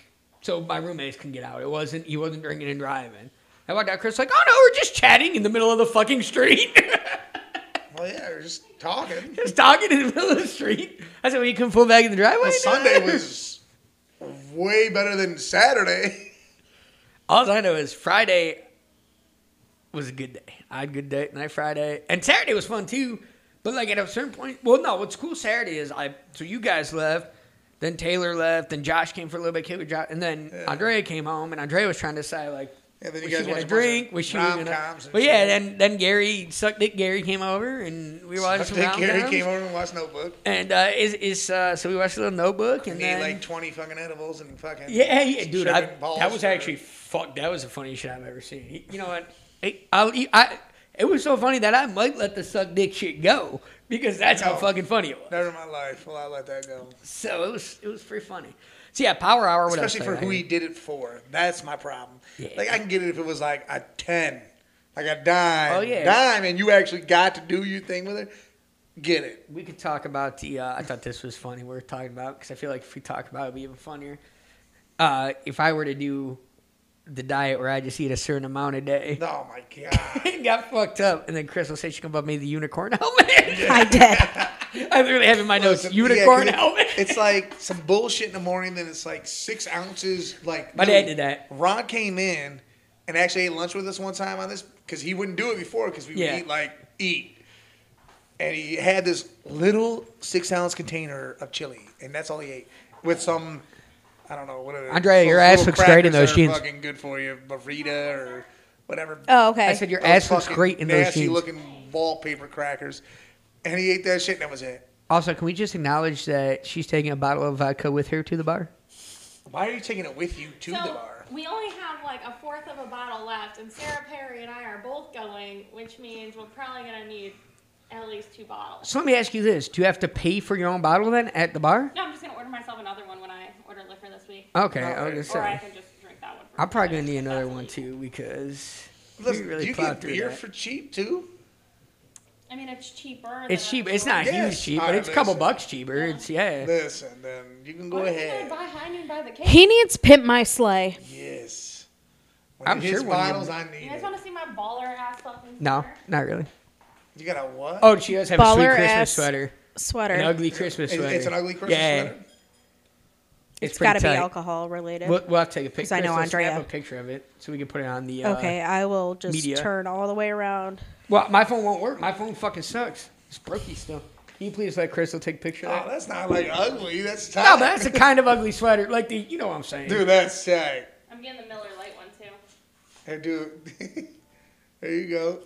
[SPEAKER 1] so my roommates can get out. It wasn't he wasn't drinking and driving." I walked out. Chris like, "Oh no, we're just chatting in the middle of the fucking street." <laughs>
[SPEAKER 2] Well, yeah, we're just talking.
[SPEAKER 1] just talking in the middle of the street. I said, "Well, you can pull back in the driveway."
[SPEAKER 2] Well,
[SPEAKER 1] now."
[SPEAKER 2] Sunday was way better than Saturday.
[SPEAKER 1] All I know is Friday was a good day. I had a good day night Friday, and Saturday was fun too. But like at a certain point, well, no. What's cool Saturday is I so you guys left, then Taylor left, then Josh came for a little bit, kid with Josh, and then Andrea came home, and Andrea was trying to decide like
[SPEAKER 2] And then you
[SPEAKER 1] Was
[SPEAKER 2] guys
[SPEAKER 1] she
[SPEAKER 2] watch
[SPEAKER 1] gonna
[SPEAKER 2] a bunch
[SPEAKER 1] drink?
[SPEAKER 2] of
[SPEAKER 1] Was she gonna?
[SPEAKER 2] rom-coms and
[SPEAKER 1] Well, yeah.
[SPEAKER 2] shit.
[SPEAKER 1] Then then Gary suck dick Gary came over and we
[SPEAKER 2] <laughs>
[SPEAKER 1] watched some
[SPEAKER 2] Dick Gary
[SPEAKER 1] rom-coms.
[SPEAKER 2] came over and watched Notebook.
[SPEAKER 1] And uh, is is uh, so we watched a little notebook and
[SPEAKER 2] And he ate
[SPEAKER 1] then
[SPEAKER 2] like twenty fucking edibles and fucking
[SPEAKER 1] yeah, yeah, dude, I,
[SPEAKER 2] Shepherd balls
[SPEAKER 1] that was
[SPEAKER 2] for-
[SPEAKER 1] actually fuck. That was the funniest shit I've ever seen. He- You know what? Hey, I'll eat, I it was so funny that I might let the suck dick shit go because that's how
[SPEAKER 2] No.
[SPEAKER 1] fucking funny it was.
[SPEAKER 2] never in my life will I let that go.
[SPEAKER 1] So it was it was pretty funny. So yeah, Power Hour. What
[SPEAKER 2] Especially
[SPEAKER 1] else
[SPEAKER 2] for
[SPEAKER 1] did I
[SPEAKER 2] who he
[SPEAKER 1] hear?
[SPEAKER 2] did it for. That's my problem.
[SPEAKER 1] Yeah.
[SPEAKER 2] Like I can get it if it was like a ten, like a dime,
[SPEAKER 1] Oh, yeah.
[SPEAKER 2] dime, and you actually got to do your thing with it. Get it.
[SPEAKER 1] We could talk about the. Uh, I thought this was funny. We are talking about because I feel like if we talk about it, it'd be even funnier. Uh, if I were to do the diet where I just eat a certain amount a day.
[SPEAKER 2] Oh my god.
[SPEAKER 1] and got fucked up, and then Chris will say she can buy me the unicorn <laughs> helmet.
[SPEAKER 3] <laughs> I did.
[SPEAKER 1] <laughs> I literally have in my notes
[SPEAKER 2] Listen,
[SPEAKER 1] unicorn
[SPEAKER 2] yeah, 'cause
[SPEAKER 1] helmet.
[SPEAKER 3] <laughs>
[SPEAKER 2] it- <laughs> It's like some bullshit in the morning, then it's like six ounces. Like
[SPEAKER 1] My dad
[SPEAKER 2] literally,
[SPEAKER 1] did that.
[SPEAKER 2] Ron came in and actually ate lunch with us one time on this because he wouldn't do it before because we
[SPEAKER 1] Yeah.
[SPEAKER 2] would eat like eat, and he had this little six ounce container of chili, and that's all he ate with some. I don't know what. Are they-
[SPEAKER 1] Andrea,
[SPEAKER 2] some
[SPEAKER 1] your ass
[SPEAKER 2] little
[SPEAKER 1] looks great in
[SPEAKER 2] crackers
[SPEAKER 1] those
[SPEAKER 2] that are
[SPEAKER 1] jeans.
[SPEAKER 2] Fucking good for you, burrito or whatever.
[SPEAKER 3] Oh, okay.
[SPEAKER 1] I said your
[SPEAKER 2] Those
[SPEAKER 1] ass looks
[SPEAKER 2] fucking
[SPEAKER 1] great in those
[SPEAKER 2] nasty
[SPEAKER 1] jeans.
[SPEAKER 2] looking wallpaper crackers, and he ate that shit, and that was it.
[SPEAKER 1] Also, can we just acknowledge that she's taking a bottle of vodka with her to the bar?
[SPEAKER 2] Why are you taking it with you to
[SPEAKER 5] so
[SPEAKER 2] the bar?
[SPEAKER 5] we only have like a fourth of a bottle left, and Sarah Perry and I are both going, which means we're probably gonna need at least two bottles.
[SPEAKER 1] So let me ask you this: Do you have to pay for your own bottle then at the bar?
[SPEAKER 5] No, I'm just gonna order myself another one when I order liquor this week,
[SPEAKER 1] Okay,
[SPEAKER 2] No,
[SPEAKER 1] I was gonna
[SPEAKER 5] or I
[SPEAKER 1] say.
[SPEAKER 5] can just drink that one. For
[SPEAKER 1] I'm probably gonna
[SPEAKER 5] dinner.
[SPEAKER 1] need another
[SPEAKER 5] That's
[SPEAKER 1] one
[SPEAKER 5] easy.
[SPEAKER 1] too because
[SPEAKER 2] Listen,
[SPEAKER 1] we really
[SPEAKER 2] you
[SPEAKER 1] plowed
[SPEAKER 2] get
[SPEAKER 1] through
[SPEAKER 2] beer
[SPEAKER 1] that.
[SPEAKER 2] for cheap too.
[SPEAKER 5] I mean, it's cheaper.
[SPEAKER 1] It's
[SPEAKER 5] than
[SPEAKER 1] cheap. It's not
[SPEAKER 5] store.
[SPEAKER 2] Yes.
[SPEAKER 1] huge cheap,
[SPEAKER 2] All
[SPEAKER 1] but
[SPEAKER 2] right,
[SPEAKER 1] it's a couple
[SPEAKER 2] listen.
[SPEAKER 1] bucks cheaper. It's yeah.
[SPEAKER 2] Listen, then you can go
[SPEAKER 5] Why don't you
[SPEAKER 2] ahead.
[SPEAKER 5] buy high noon by the case?
[SPEAKER 3] He needs pimp my sleigh.
[SPEAKER 2] Yes. When
[SPEAKER 1] I'm
[SPEAKER 2] it hits
[SPEAKER 1] sure one of
[SPEAKER 2] bottles,
[SPEAKER 1] them-
[SPEAKER 2] I need
[SPEAKER 5] You guys
[SPEAKER 2] it.
[SPEAKER 5] want to see my baller ass fucking?
[SPEAKER 1] No,
[SPEAKER 5] sweater?
[SPEAKER 1] not really.
[SPEAKER 2] You got a what?
[SPEAKER 1] Oh, she does have a sweet
[SPEAKER 3] Baller
[SPEAKER 1] Christmas
[SPEAKER 3] ass
[SPEAKER 1] sweater,
[SPEAKER 3] Sweater.
[SPEAKER 1] an ugly Christmas
[SPEAKER 2] It-
[SPEAKER 1] sweater.
[SPEAKER 2] it's an ugly Christmas
[SPEAKER 1] yeah,
[SPEAKER 2] sweater.
[SPEAKER 1] It's,
[SPEAKER 3] it's
[SPEAKER 1] pretty
[SPEAKER 3] got to be
[SPEAKER 1] tight.
[SPEAKER 3] alcohol related.
[SPEAKER 1] We'll, we'll have to take a picture.
[SPEAKER 3] 'Cause I know
[SPEAKER 1] Chris will snap
[SPEAKER 3] Andrea.
[SPEAKER 1] a picture of it so we can put it on the. Uh,
[SPEAKER 3] okay, I will just
[SPEAKER 1] media.
[SPEAKER 3] turn all the way
[SPEAKER 1] <laughs>
[SPEAKER 3] <laughs> around.
[SPEAKER 1] Well, my phone won't work. My phone fucking sucks. It's brokey still. Can you please let Crystal take a picture
[SPEAKER 2] Oh,
[SPEAKER 1] of that?
[SPEAKER 2] that's not like ugly. That's tight.
[SPEAKER 1] No, but that's a kind of ugly sweater. Like the, you know what I'm saying.
[SPEAKER 2] dude. That's tight.
[SPEAKER 5] I'm getting the Miller Light one too.
[SPEAKER 2] Hey, dude. <laughs> there you go.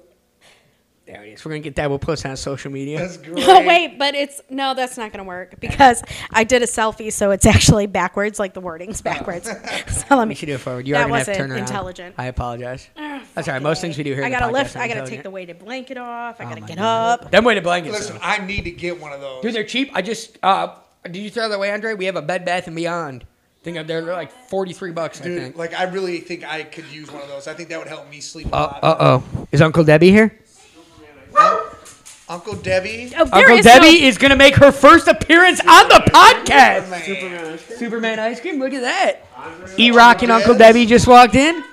[SPEAKER 1] There it is. We're gonna get that. We'll post it on social media. <laughs>
[SPEAKER 2] That's great.
[SPEAKER 3] Oh wait, but it's no, that's not gonna work because I did a selfie, so it's actually backwards. Like the
[SPEAKER 1] <laughs>
[SPEAKER 3] wording's backwards. <laughs> so let
[SPEAKER 1] We
[SPEAKER 3] me.
[SPEAKER 1] should do it forward. Oh. You
[SPEAKER 3] That
[SPEAKER 1] are gonna have to
[SPEAKER 3] wasn't
[SPEAKER 1] turn around.
[SPEAKER 3] intelligent. Ah,
[SPEAKER 1] I apologize. That's all right. Most things we do here.
[SPEAKER 3] I
[SPEAKER 1] in the
[SPEAKER 3] gotta
[SPEAKER 1] podcast
[SPEAKER 3] lift.
[SPEAKER 1] are
[SPEAKER 3] I gotta take
[SPEAKER 1] intelligent.
[SPEAKER 3] the weighted blanket off. I
[SPEAKER 1] Oh
[SPEAKER 3] gotta
[SPEAKER 1] my
[SPEAKER 3] get
[SPEAKER 1] God.
[SPEAKER 3] up.
[SPEAKER 1] Them weighted blankets.
[SPEAKER 2] Listen,
[SPEAKER 1] though.
[SPEAKER 2] I need to get one of those.
[SPEAKER 1] Dude, they're cheap. I just uh, did you throw that away, Andre? We have a Bed Bath and Beyond thing up there. They're like forty three bucks. I
[SPEAKER 2] Dude,
[SPEAKER 1] think.
[SPEAKER 2] like I really think I could use one of those. I think that would help me sleep a
[SPEAKER 1] Uh
[SPEAKER 2] lot.
[SPEAKER 1] oh. Is Uncle Debbie here?
[SPEAKER 2] Uncle Debbie.
[SPEAKER 3] Oh, there
[SPEAKER 1] Uncle
[SPEAKER 3] is no-
[SPEAKER 1] Debbie
[SPEAKER 3] <laughs>
[SPEAKER 1] is gonna make her first appearance on the podcast.
[SPEAKER 2] Man.
[SPEAKER 1] Superman ice cream. Look at that. E Rock and Uncle
[SPEAKER 2] Yes.
[SPEAKER 1] Debbie just walked in.
[SPEAKER 5] I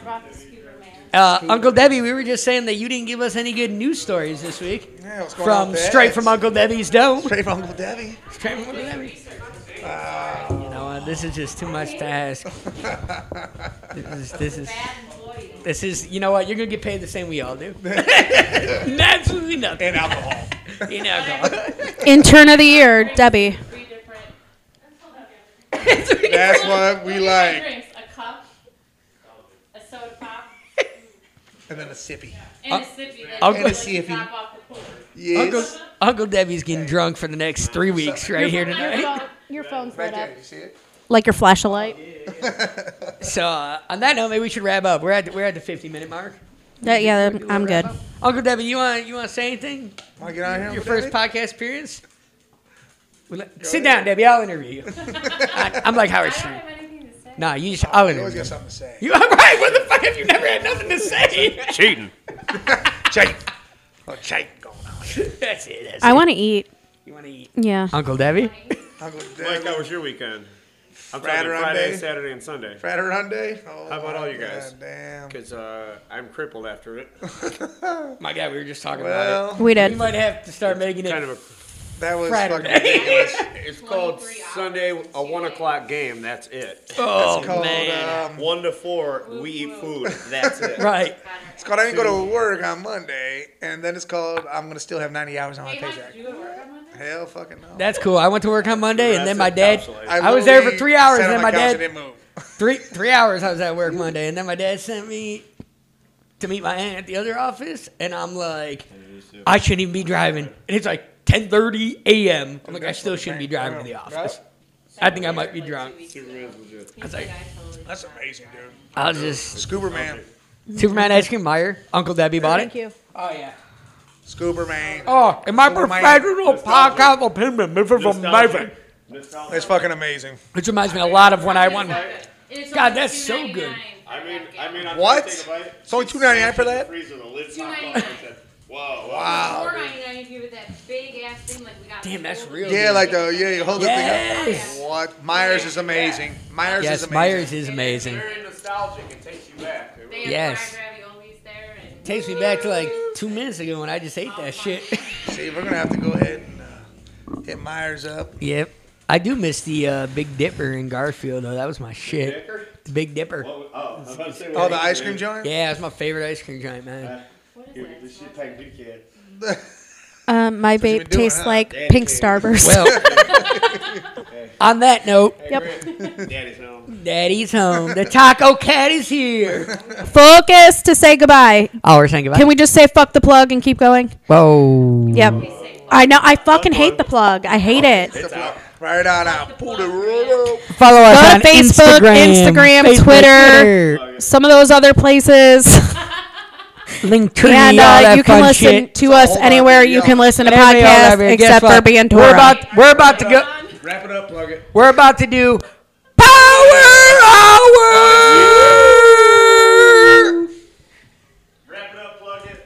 [SPEAKER 5] brought the scooter man.
[SPEAKER 1] Uh, Uncle Debbie, we were just saying that you didn't give us any good news stories this week.
[SPEAKER 2] Yeah, what's going on
[SPEAKER 1] From
[SPEAKER 2] with that?
[SPEAKER 1] straight
[SPEAKER 2] <laughs>
[SPEAKER 1] from Uncle Debbie's dome.
[SPEAKER 2] Straight from Uncle Debbie.
[SPEAKER 1] Straight from Uncle Debbie. You know what? This is just too much to
[SPEAKER 2] <laughs>
[SPEAKER 1] ask. This is this is
[SPEAKER 5] Bad employee.
[SPEAKER 1] this is you know what? You're gonna get paid the same we all
[SPEAKER 2] <laughs>
[SPEAKER 1] do. Absolutely nothing.
[SPEAKER 2] and alcohol.
[SPEAKER 1] You know.
[SPEAKER 3] Intern of the year, Debbie.
[SPEAKER 5] Three different.
[SPEAKER 2] That's what we like.
[SPEAKER 5] Drinks, a cup, a soda pop,
[SPEAKER 2] And then a sippy.
[SPEAKER 5] and a sippy. that
[SPEAKER 1] I'll go
[SPEAKER 5] you like
[SPEAKER 2] see if
[SPEAKER 5] drop
[SPEAKER 2] he-
[SPEAKER 5] off the cooler.
[SPEAKER 1] Uncle,
[SPEAKER 2] Yes.
[SPEAKER 1] Uncle Debbie's getting drunk for the next three weeks right here tonight.
[SPEAKER 3] Your phone's
[SPEAKER 2] Right there, you see it?
[SPEAKER 3] Like your flashlight.
[SPEAKER 1] So uh, on that note, maybe we should wrap up. We're at the, we're at the 50 minute mark.
[SPEAKER 3] That, yeah, I'm good.
[SPEAKER 1] Uncle Debbie, you want you want to say anything?
[SPEAKER 2] Want to get out here?
[SPEAKER 1] Your
[SPEAKER 2] Uncle
[SPEAKER 1] first
[SPEAKER 2] Debbie?
[SPEAKER 1] podcast appearance? We let- sit
[SPEAKER 2] ahead.
[SPEAKER 1] down, Debbie. I'll interview
[SPEAKER 2] <laughs>
[SPEAKER 1] you. I, am like
[SPEAKER 5] I
[SPEAKER 1] Howard
[SPEAKER 5] don't
[SPEAKER 1] Stern.
[SPEAKER 5] have anything to say.
[SPEAKER 1] Nah, you just I'll
[SPEAKER 2] You always
[SPEAKER 1] interview
[SPEAKER 2] got
[SPEAKER 1] you.
[SPEAKER 2] something to say.
[SPEAKER 1] You <laughs> all right? What the fuck have you never had nothing to say?
[SPEAKER 6] Cheating.
[SPEAKER 2] Jake. Oh, Jake going on.
[SPEAKER 1] that's it. That's
[SPEAKER 3] I
[SPEAKER 1] it.
[SPEAKER 3] want to eat.
[SPEAKER 1] You want to eat?
[SPEAKER 3] Yeah.
[SPEAKER 1] Uncle Debbie.
[SPEAKER 2] Uncle
[SPEAKER 6] Mike, how
[SPEAKER 2] Debbie.
[SPEAKER 6] was your weekend? I'm
[SPEAKER 2] Friday,
[SPEAKER 6] talking Friday,
[SPEAKER 2] Monday.
[SPEAKER 6] Saturday, and Sunday.
[SPEAKER 2] Fraterunde. Oh,
[SPEAKER 6] How about all you
[SPEAKER 2] my
[SPEAKER 6] guys?
[SPEAKER 2] God Damn.
[SPEAKER 6] Because uh, I'm crippled
[SPEAKER 2] <laughs>
[SPEAKER 6] after it.
[SPEAKER 1] My God, we were just talking about
[SPEAKER 2] Well,
[SPEAKER 3] We
[SPEAKER 1] it. We
[SPEAKER 3] did.
[SPEAKER 1] might have to start making it.
[SPEAKER 6] kind of a,
[SPEAKER 2] that was
[SPEAKER 1] Fraterunde.
[SPEAKER 2] fucking ridiculous.
[SPEAKER 6] it's called
[SPEAKER 5] 23 hours.
[SPEAKER 6] Sunday, a one o'clock game. That's
[SPEAKER 2] <laughs>
[SPEAKER 6] it.
[SPEAKER 1] <laughs> oh
[SPEAKER 2] called,
[SPEAKER 1] man.
[SPEAKER 2] um,
[SPEAKER 6] One to four, we eat food.
[SPEAKER 2] <laughs>
[SPEAKER 6] That's
[SPEAKER 2] uh,
[SPEAKER 6] it.
[SPEAKER 1] Right.
[SPEAKER 2] it's called I ain't go to work on Monday, and then it's called I'm gonna still have 90 hours on my
[SPEAKER 5] Hey, Mike,
[SPEAKER 2] paycheck.
[SPEAKER 5] did you go to work on Monday?
[SPEAKER 2] Hell, fucking no.
[SPEAKER 1] That's cool. I went to work on Monday, and then my
[SPEAKER 6] That's
[SPEAKER 1] dad.
[SPEAKER 6] encapsulated.
[SPEAKER 1] I was there for
[SPEAKER 2] literally
[SPEAKER 1] three hours,
[SPEAKER 2] sat
[SPEAKER 1] and then
[SPEAKER 2] on
[SPEAKER 1] my
[SPEAKER 2] couch
[SPEAKER 1] dad-
[SPEAKER 2] and didn't move.
[SPEAKER 1] three three hours I was at work Monday, and then my dad sent me to meet my aunt at the other office, and I'm like, I shouldn't even be driving. And it's like 10:30 a.m. I'm like, I still shouldn't be driving to the office. I think I might be drunk.
[SPEAKER 6] Superman's legit.
[SPEAKER 5] He's like, I totally
[SPEAKER 2] That's amazing, dude.
[SPEAKER 1] I'll just
[SPEAKER 2] Scuba man.
[SPEAKER 1] Superman ice cream Meyer. Uncle Debbie bought
[SPEAKER 3] Thank
[SPEAKER 1] it.
[SPEAKER 3] you.
[SPEAKER 1] Oh yeah.
[SPEAKER 2] Scuba man.
[SPEAKER 1] Oh, in my
[SPEAKER 2] Scuba Meyer.
[SPEAKER 1] professional podcast opinion, this is
[SPEAKER 6] Nostalgia.
[SPEAKER 1] amazing.
[SPEAKER 6] Nostalgia.
[SPEAKER 2] That's fucking amazing.
[SPEAKER 1] Which reminds me a lot of when I won.
[SPEAKER 5] It's
[SPEAKER 1] God,
[SPEAKER 5] only
[SPEAKER 1] that's so good.
[SPEAKER 5] $2.99
[SPEAKER 6] I mean, I mean, I'm
[SPEAKER 2] What?
[SPEAKER 6] Gonna take a bite.
[SPEAKER 2] It's only $2.99 for that?
[SPEAKER 6] Freezer, the lid popped
[SPEAKER 5] $2.99.
[SPEAKER 6] off like that. Whoa, wow.
[SPEAKER 5] Four
[SPEAKER 2] Wow.
[SPEAKER 5] ninety nine if you with that big ass thing like we got.
[SPEAKER 1] Damn, that's
[SPEAKER 5] old-
[SPEAKER 1] real.
[SPEAKER 2] Yeah, like the yeah, you hold the
[SPEAKER 1] Yes.
[SPEAKER 2] thing up. What? Myers is amazing. Myers is
[SPEAKER 1] Yes,
[SPEAKER 2] amazing.
[SPEAKER 1] Myers is amazing.
[SPEAKER 6] Very nostalgic. It takes you back. It
[SPEAKER 5] They
[SPEAKER 6] really-
[SPEAKER 5] have
[SPEAKER 1] Yes.
[SPEAKER 5] fried raviolis there and
[SPEAKER 1] Takes me back to like two minutes ago when I just ate that shit.
[SPEAKER 2] See, we're gonna have to go ahead and uh, hit Myers up.
[SPEAKER 1] <laughs> Yep. I do miss the uh, Big Dipper in Garfield though. That was my shit.
[SPEAKER 6] Dicker?
[SPEAKER 1] The Big Dipper.
[SPEAKER 6] What was- Oh, I was about to say.
[SPEAKER 2] Oh, the ice cream giant.
[SPEAKER 1] Yeah, that's my favorite ice cream giant, man.
[SPEAKER 5] what is it?
[SPEAKER 6] This shit packed you kid.
[SPEAKER 3] Um, my
[SPEAKER 2] you've
[SPEAKER 3] vape
[SPEAKER 2] been doing,
[SPEAKER 3] tastes
[SPEAKER 2] huh?
[SPEAKER 3] like
[SPEAKER 6] Damn,
[SPEAKER 3] pink
[SPEAKER 6] dude.
[SPEAKER 3] starburst.
[SPEAKER 1] <laughs> Well, on that note,
[SPEAKER 3] Yep.
[SPEAKER 2] <laughs>
[SPEAKER 6] Daddy's home.
[SPEAKER 1] Daddy's home. The Taco Cat is here. <laughs>
[SPEAKER 3] Focus to say goodbye.
[SPEAKER 1] Oh, we're saying goodbye.
[SPEAKER 3] Can we just say fuck the plug and keep going?
[SPEAKER 1] Mm-hmm. Whoa.
[SPEAKER 3] Yep. I know. I fucking hate the plug. I hate it.
[SPEAKER 2] It's out. Right on out. Pull the roll up.
[SPEAKER 1] Follow us
[SPEAKER 3] Go to
[SPEAKER 1] on
[SPEAKER 3] Facebook, Instagram, Twitter. Some of those other
[SPEAKER 1] <laughs>
[SPEAKER 3] places.
[SPEAKER 1] Linktree,
[SPEAKER 3] and
[SPEAKER 1] all
[SPEAKER 3] uh,
[SPEAKER 1] that
[SPEAKER 3] you can
[SPEAKER 1] fun
[SPEAKER 3] listen
[SPEAKER 1] shit.
[SPEAKER 3] to us
[SPEAKER 2] hold on,
[SPEAKER 3] anywhere
[SPEAKER 2] yeah.
[SPEAKER 3] you can listen to
[SPEAKER 1] Everybody all
[SPEAKER 3] podcasts
[SPEAKER 1] over it. Guess
[SPEAKER 3] except for
[SPEAKER 1] what?
[SPEAKER 3] being
[SPEAKER 1] We're
[SPEAKER 3] Torah.
[SPEAKER 1] about, we're about to go.
[SPEAKER 6] Wrap it up, plug it.
[SPEAKER 1] We're about to do